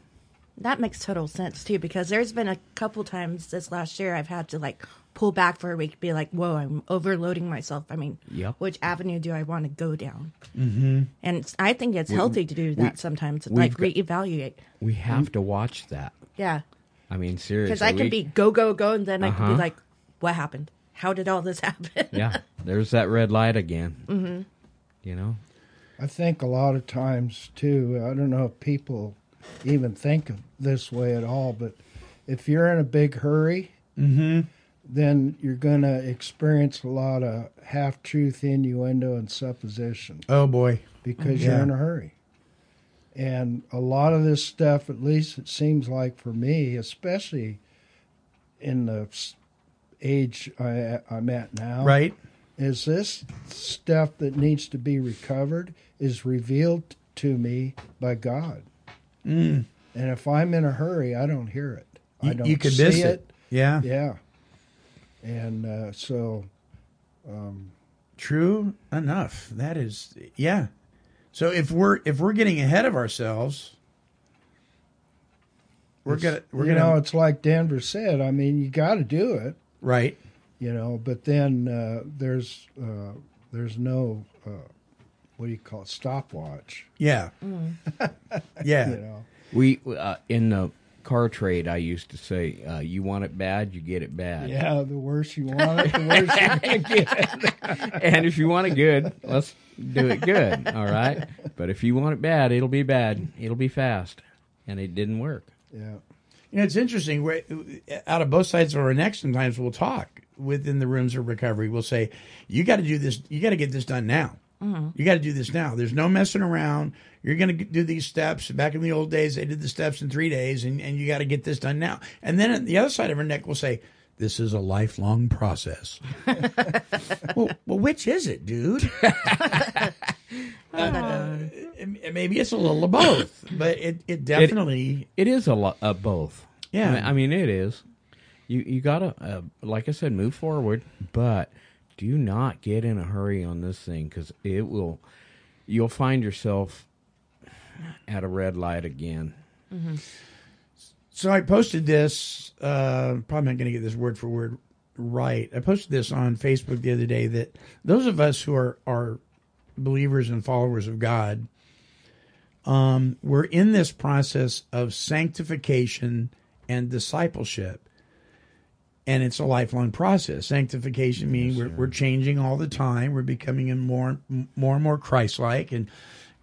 [SPEAKER 14] That makes total sense too, because there's been a couple times this last year I've had to like pull back for a week, be like, "Whoa, I'm overloading myself." I mean,
[SPEAKER 7] Yep.
[SPEAKER 14] which avenue do I want to go down?
[SPEAKER 7] Mm-hmm.
[SPEAKER 14] And it's, I think it's
[SPEAKER 7] We-
[SPEAKER 14] healthy to do
[SPEAKER 7] we-
[SPEAKER 14] that sometimes, to
[SPEAKER 7] we've
[SPEAKER 14] like
[SPEAKER 7] got-
[SPEAKER 14] reevaluate.
[SPEAKER 7] We
[SPEAKER 4] Mm.
[SPEAKER 7] have to watch that.
[SPEAKER 14] Yeah,
[SPEAKER 7] I mean, seriously.
[SPEAKER 14] because I can
[SPEAKER 7] we-
[SPEAKER 14] be go go go, and then I can
[SPEAKER 7] Uh-huh.
[SPEAKER 14] be like, "What happened? How did all this happen?"
[SPEAKER 7] yeah, there's that red light again.
[SPEAKER 14] hmm
[SPEAKER 7] You know,
[SPEAKER 10] I think a lot of times too. I don't know if people even think of this way at all, but if you're in a big hurry,
[SPEAKER 4] Mhm.
[SPEAKER 10] then you're going to experience a lot of half truth, innuendo, and supposition.
[SPEAKER 4] Oh boy.
[SPEAKER 10] because
[SPEAKER 4] Yeah.
[SPEAKER 10] you're in a hurry. And a lot of this stuff, at least it seems like for me, especially in the s- age I, I'm at now,
[SPEAKER 4] Right.
[SPEAKER 10] is this stuff that needs to be recovered is revealed to me by God.
[SPEAKER 4] Mm.
[SPEAKER 10] And if I'm in a hurry, I don't hear it. I
[SPEAKER 4] You-
[SPEAKER 10] don't
[SPEAKER 4] you could
[SPEAKER 10] see
[SPEAKER 4] miss
[SPEAKER 10] it.
[SPEAKER 4] it. Yeah.
[SPEAKER 10] Yeah. And uh, so, um,
[SPEAKER 4] True enough. That is yeah. So if we're if we're getting ahead of ourselves, we're
[SPEAKER 10] It's-
[SPEAKER 4] gonna we're
[SPEAKER 10] you
[SPEAKER 4] gonna
[SPEAKER 10] know it's like Denver said. I mean, you got to do it,
[SPEAKER 4] right?
[SPEAKER 10] You know, but then uh, there's uh, there's no uh, what do you call it stopwatch?
[SPEAKER 4] Yeah. Yeah.
[SPEAKER 10] Mm. you know,
[SPEAKER 7] we uh, in the car trade, I used to say, uh, "You want it bad, you get it bad."
[SPEAKER 10] Yeah, the worse you want it, the worse you're gonna get.
[SPEAKER 7] and if you want it good, let's do it good. All right. But if you want it bad, it'll be bad. It'll be fast. And it didn't work.
[SPEAKER 10] Yeah.
[SPEAKER 4] You know, it's interesting. we out of both sides of our neck, sometimes we'll talk within the rooms of recovery. We'll say, "You got to do this. You got to get this done now.
[SPEAKER 3] Mhm.
[SPEAKER 4] You got to do this now. There's no messing around. You're going to do these steps. Back in the old days, they did the steps in three days, and, and you got to get this done now. And then at the other side of our neck, we'll say." This is a lifelong process. well, well, which is it, dude? Uh, it- maybe it's a little of both, but it, it definitely
[SPEAKER 7] it is a lot of both.
[SPEAKER 4] Yeah.
[SPEAKER 7] I mean, I mean, it is. You you gotta uh, like I said, move forward, but do not get in a hurry on this thing because it will. You'll find yourself at a red light again.
[SPEAKER 4] So I posted this. Uh, probably not going to get this word for word right. I posted this on Facebook the other day that those of us who are are believers and followers of God, um, we're in this process of sanctification and discipleship, and it's a lifelong process. Sanctification meaning we're, we're changing all the time. We're becoming in more more and more Christ like and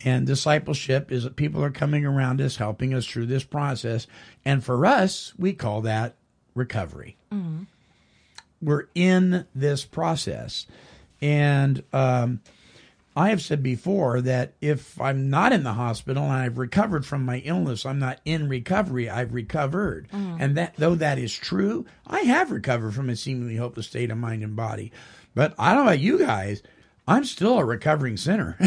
[SPEAKER 4] and discipleship is that people are coming around us, helping us through this process. And for us, we call that recovery.
[SPEAKER 3] Mhm.
[SPEAKER 4] We're in this process. And um, I have said before that if I'm not in the hospital and I've recovered from my illness, I'm not in recovery, I've recovered.
[SPEAKER 3] Mhm.
[SPEAKER 4] And that though that is true, I have recovered from a seemingly hopeless state of mind and body. But I don't know about you guys, I'm still a recovering sinner.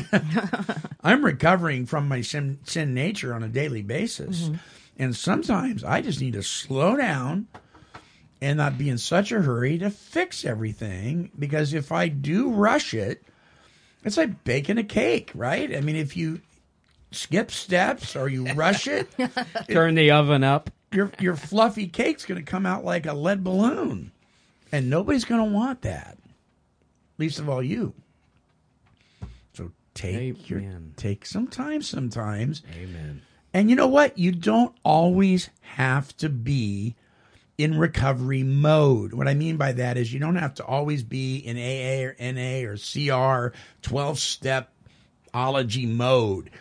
[SPEAKER 4] I'm recovering from my sin, sin nature on a daily basis. And sometimes I just need to slow down and not be in such a hurry to fix everything because if I do rush it, it's like baking a cake, right? I mean, if you skip steps or you rush it,
[SPEAKER 7] Turn the oven up.
[SPEAKER 4] your your fluffy cake's going to come out like a lead balloon, and nobody's going to want that. Least of all you. So take your take some time sometimes.
[SPEAKER 7] Amen.
[SPEAKER 4] And you know what? You don't always have to be in recovery mode. What I mean by that is you don't have to always be in AA or NA or CR 12 step ology mode.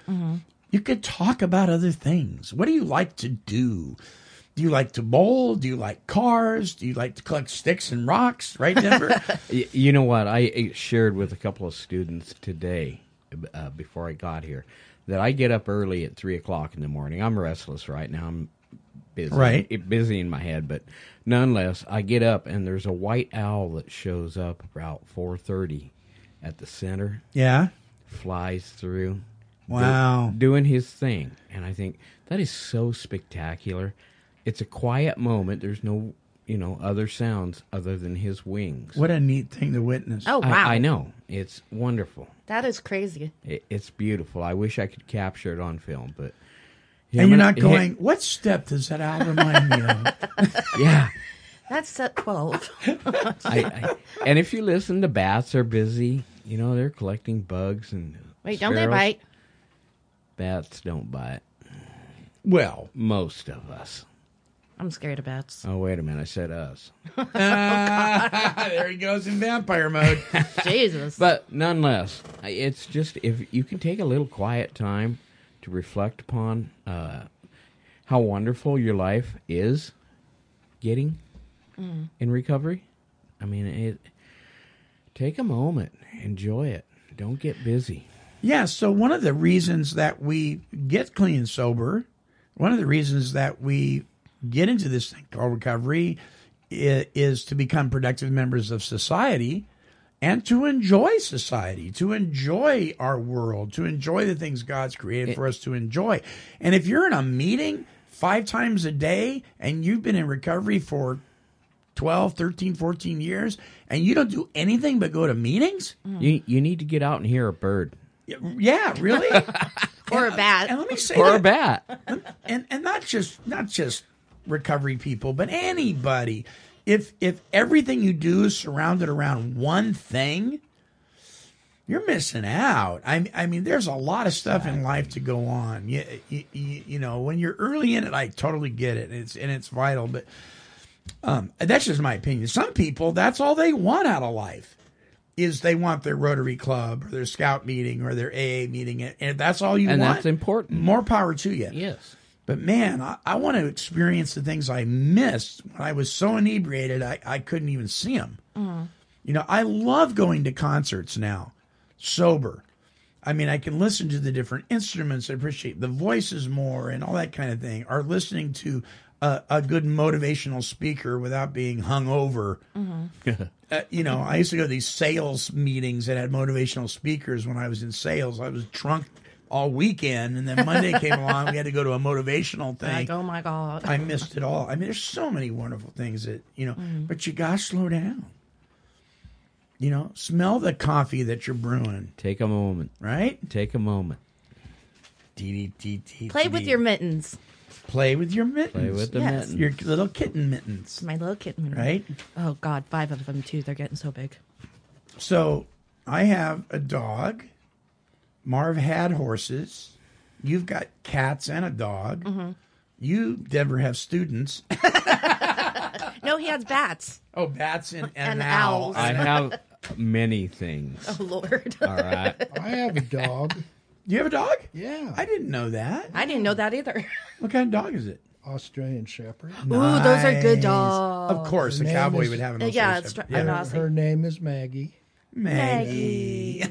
[SPEAKER 4] You could talk about other things. What do you like to do? Do you like to bowl? Do you like cars? Do you like to collect sticks and rocks? Right, Denver?
[SPEAKER 7] Y- you know what? I uh, shared with a couple of students today uh, before I got here that I get up early at three o'clock in the morning. I'm restless right now. I'm busy,
[SPEAKER 4] Right.
[SPEAKER 7] It, busy in my head, but nonetheless, I get up and there's a white owl that shows up about four thirty at the center.
[SPEAKER 4] Yeah.
[SPEAKER 7] flies through. do-
[SPEAKER 4] Wow.
[SPEAKER 7] doing his thing, and I think that is so spectacular. It's a quiet moment. There's no, you know, other sounds other than his wings.
[SPEAKER 4] what a neat thing to witness.
[SPEAKER 5] Oh,
[SPEAKER 7] I-
[SPEAKER 5] wow.
[SPEAKER 7] I, know it's wonderful.
[SPEAKER 5] That is crazy.
[SPEAKER 7] It, it's beautiful. I wish I could capture it on film, but
[SPEAKER 4] And
[SPEAKER 7] him
[SPEAKER 4] you're not
[SPEAKER 7] hi-
[SPEAKER 4] going, what step does that owl remind me of?
[SPEAKER 7] yeah.
[SPEAKER 14] That's set 12.
[SPEAKER 7] I, I, and if you listen, the bats are busy. You know, they're collecting bugs and
[SPEAKER 5] Wait, don't they
[SPEAKER 7] sparrows.
[SPEAKER 5] bite?
[SPEAKER 7] Bats don't bite.
[SPEAKER 4] Well,
[SPEAKER 7] most of us.
[SPEAKER 14] I'm scared of bats.
[SPEAKER 7] Oh wait a minute, I said us.
[SPEAKER 4] there he goes in vampire mode.
[SPEAKER 5] Jesus.
[SPEAKER 7] But nonetheless, I- it's just if you can take a little quiet time to reflect upon uh, how wonderful your life is getting
[SPEAKER 3] Mm.
[SPEAKER 7] in recovery. I mean, it, take a moment, enjoy it. Don't get busy.
[SPEAKER 4] Yeah, so one of the reasons that we get clean and sober, one of the reasons that we get into this thing called recovery i- is to become productive members of society and to enjoy society, to enjoy our world, to enjoy the things God's created for us to enjoy. And if you're in a meeting five times a day and you've been in recovery for 12, 13, 14 years and you don't do anything but go to meetings,
[SPEAKER 7] You you need to get out and hear a bird.
[SPEAKER 4] yeah, really?
[SPEAKER 5] or a bat.
[SPEAKER 4] And let me say
[SPEAKER 7] Or a
[SPEAKER 4] that-
[SPEAKER 7] bat.
[SPEAKER 4] And and not just not just recovery people, but anybody. If if everything you do is surrounded around one thing, you're missing out. I, I mean, there's a lot of stuff in life to go on. You, you, you you know, when you're early in it, I totally get it. It's and it's vital, but um, that's just my opinion. Some people, that's all they want out of life is they want their Rotary Club or their Scout meeting or their AA meeting, and- and that's all you
[SPEAKER 7] And
[SPEAKER 4] want.
[SPEAKER 7] that's important.
[SPEAKER 4] More power to you.
[SPEAKER 7] Yes.
[SPEAKER 4] But man, I, I want to experience the things I missed when I was so inebriated I, I couldn't even see them. You know, I love going to concerts now, sober. I mean, I can listen to the different instruments, I appreciate the voices more, and all that kind of thing. Or listening to a, a good motivational speaker without being hung over. Uh, you know, I used to go to these sales meetings that had motivational speakers when I was in sales. I was drunk all weekend, and then Monday came along, we had to go to a motivational thing.
[SPEAKER 14] Like, oh my God.
[SPEAKER 4] I missed it all. I mean, there's so many wonderful things that you know,
[SPEAKER 5] Mm.
[SPEAKER 4] but you gotta slow down. You know, smell the coffee that you're brewing.
[SPEAKER 7] Take a moment,
[SPEAKER 4] right?
[SPEAKER 7] Take a moment.
[SPEAKER 5] Play with your mittens.
[SPEAKER 4] play with your mittens.
[SPEAKER 7] Play with the
[SPEAKER 5] Yes.
[SPEAKER 7] mittens.
[SPEAKER 4] Your little kitten mittens.
[SPEAKER 14] My little kitten.
[SPEAKER 4] Right?
[SPEAKER 14] Oh God, five of them too. They're getting so big.
[SPEAKER 4] So I have a dog. Marv had horses. You've got cats and a dog.
[SPEAKER 5] Mm-hmm.
[SPEAKER 4] You, Denver, have students.
[SPEAKER 14] No, he has bats.
[SPEAKER 4] Oh, bats and,
[SPEAKER 14] and, owls.
[SPEAKER 7] I have many things.
[SPEAKER 14] Oh Lord.
[SPEAKER 7] All right.
[SPEAKER 10] I have a dog.
[SPEAKER 4] You have a dog?
[SPEAKER 10] Yeah.
[SPEAKER 4] I didn't know that.
[SPEAKER 14] I didn't know that either.
[SPEAKER 4] What kind of dog is it?
[SPEAKER 10] Australian Shepherd.
[SPEAKER 14] Ooh, those are good
[SPEAKER 4] Nice.
[SPEAKER 14] dogs.
[SPEAKER 4] Of course,
[SPEAKER 10] Her
[SPEAKER 4] a
[SPEAKER 10] name
[SPEAKER 4] cowboy
[SPEAKER 10] is-
[SPEAKER 4] would have an
[SPEAKER 14] Yeah,
[SPEAKER 4] Australian
[SPEAKER 14] it's
[SPEAKER 4] Shepherd.
[SPEAKER 14] tr- an Aussie.
[SPEAKER 10] Her name is Maggie.
[SPEAKER 4] Maggie.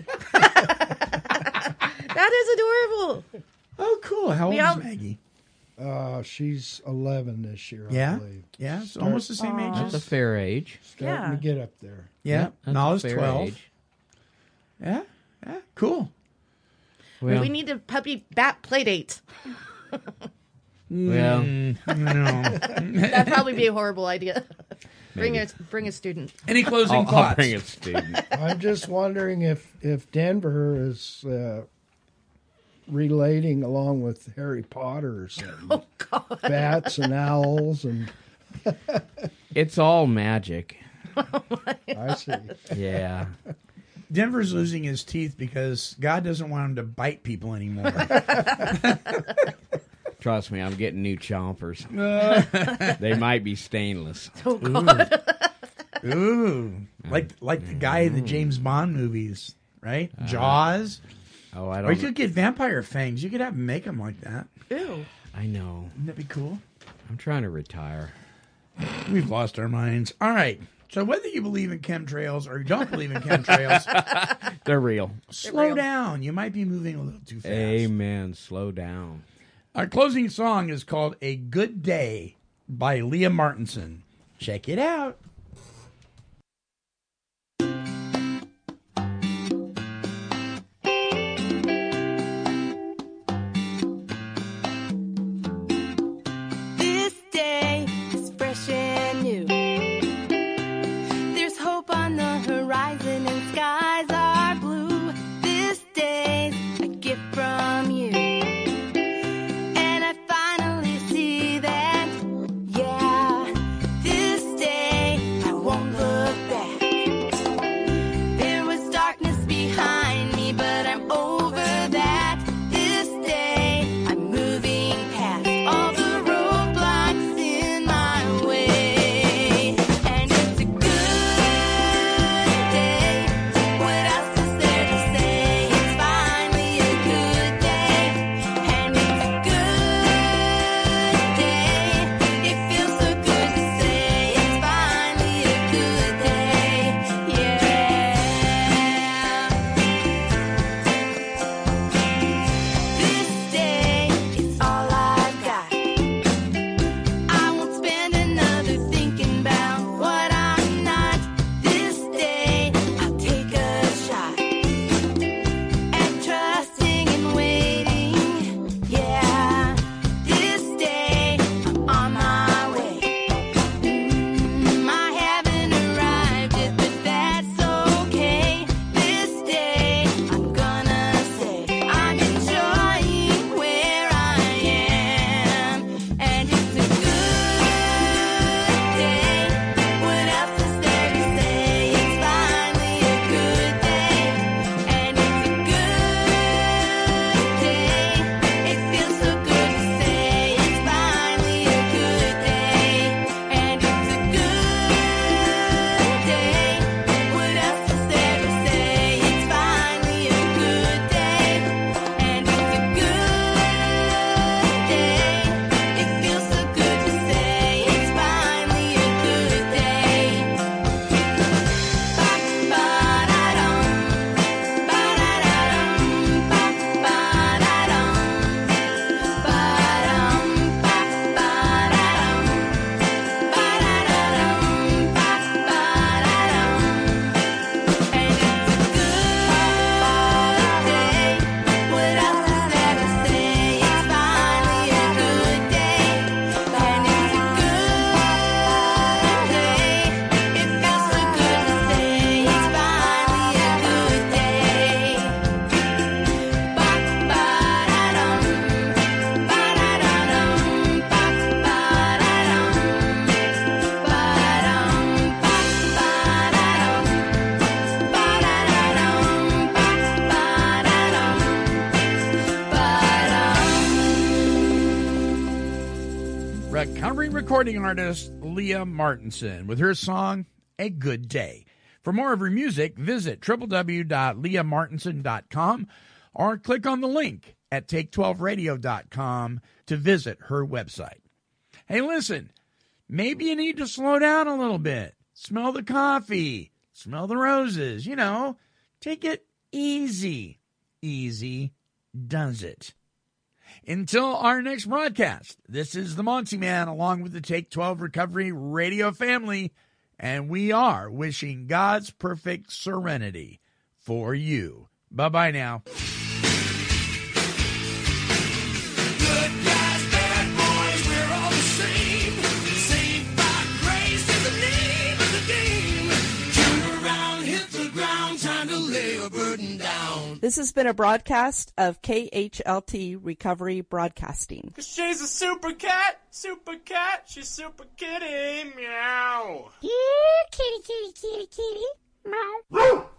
[SPEAKER 14] That is adorable.
[SPEAKER 4] Oh, cool. How old
[SPEAKER 14] We
[SPEAKER 4] is
[SPEAKER 14] all-
[SPEAKER 4] Maggie?
[SPEAKER 10] Uh, she's 11 this year, I
[SPEAKER 4] Yeah.
[SPEAKER 10] believe.
[SPEAKER 4] Yeah. It's
[SPEAKER 10] Start-
[SPEAKER 4] almost the same age
[SPEAKER 7] That's
[SPEAKER 4] as.
[SPEAKER 7] a fair age.
[SPEAKER 10] Starting
[SPEAKER 14] Yeah.
[SPEAKER 10] to get up there.
[SPEAKER 4] Yeah.
[SPEAKER 7] that's
[SPEAKER 4] Now
[SPEAKER 7] a
[SPEAKER 4] it's
[SPEAKER 7] fair
[SPEAKER 4] 12.
[SPEAKER 7] age.
[SPEAKER 4] Yeah. Yeah. Cool.
[SPEAKER 7] Well,
[SPEAKER 5] We need a puppy bat play date.
[SPEAKER 7] well,
[SPEAKER 4] Mm. No.
[SPEAKER 5] That'd probably be a horrible idea. bring a bring a student.
[SPEAKER 4] Any closing
[SPEAKER 7] I'll, I'll
[SPEAKER 4] thoughts?
[SPEAKER 7] bring a student.
[SPEAKER 10] I'm just wondering if if Denver is uh, relating along with Harry Potter or something. Oh God! Bats and owls and
[SPEAKER 7] It's all magic.
[SPEAKER 10] I see.
[SPEAKER 7] Yeah.
[SPEAKER 4] Denver's losing his teeth because God doesn't want him to bite people anymore.
[SPEAKER 7] Trust me, I'm getting new chompers. they might Oh, be stainless.
[SPEAKER 4] Ooh,
[SPEAKER 7] Mm.
[SPEAKER 4] like like the guy in the James Bond movies, right? Jaws.
[SPEAKER 7] Oh, Uh-huh. I
[SPEAKER 4] Or you could
[SPEAKER 7] don't.
[SPEAKER 4] get vampire fangs. You could have him make them like that.
[SPEAKER 5] Ew.
[SPEAKER 7] I know.
[SPEAKER 4] Wouldn't that be cool?
[SPEAKER 7] I'm trying to retire.
[SPEAKER 4] We've lost our minds. All right. So whether you believe in chemtrails or you don't believe in chemtrails,
[SPEAKER 7] They're real.
[SPEAKER 4] slow down. You might be moving a little too fast.
[SPEAKER 7] Amen. Slow down.
[SPEAKER 4] Our closing song is called "A Good Day" by Leah Martinson. Check it out.
[SPEAKER 13] This day is fresh and new. There's hope on the horizon and skies are blue. This day's a gift from you. And I finally see that, yeah, this day
[SPEAKER 4] country recording artist Leah Martinson with her song A Good Day. For more of her music, visit www.leahmartinson.com or click on the link at take12radio.com to visit her website. Hey, listen, maybe you need to slow down a little bit. Smell the coffee, smell the roses, you know, take it easy. Easy does it. Until our next broadcast, this is the Monty Man along with the Take 12 Recovery Radio family, and we are wishing God's perfect serenity for you. Bye bye now.
[SPEAKER 1] Good guys, bad boys, we're all the same. Saved by grace is the name of the game. Turn around, hit the ground, time to lay a burden down.
[SPEAKER 9] This has been a broadcast of KHLT Recovery Broadcasting.
[SPEAKER 15] Cause she's a super cat, super cat, she's super kitty, meow.
[SPEAKER 6] Here, kitty, kitty, kitty, kitty. Meow.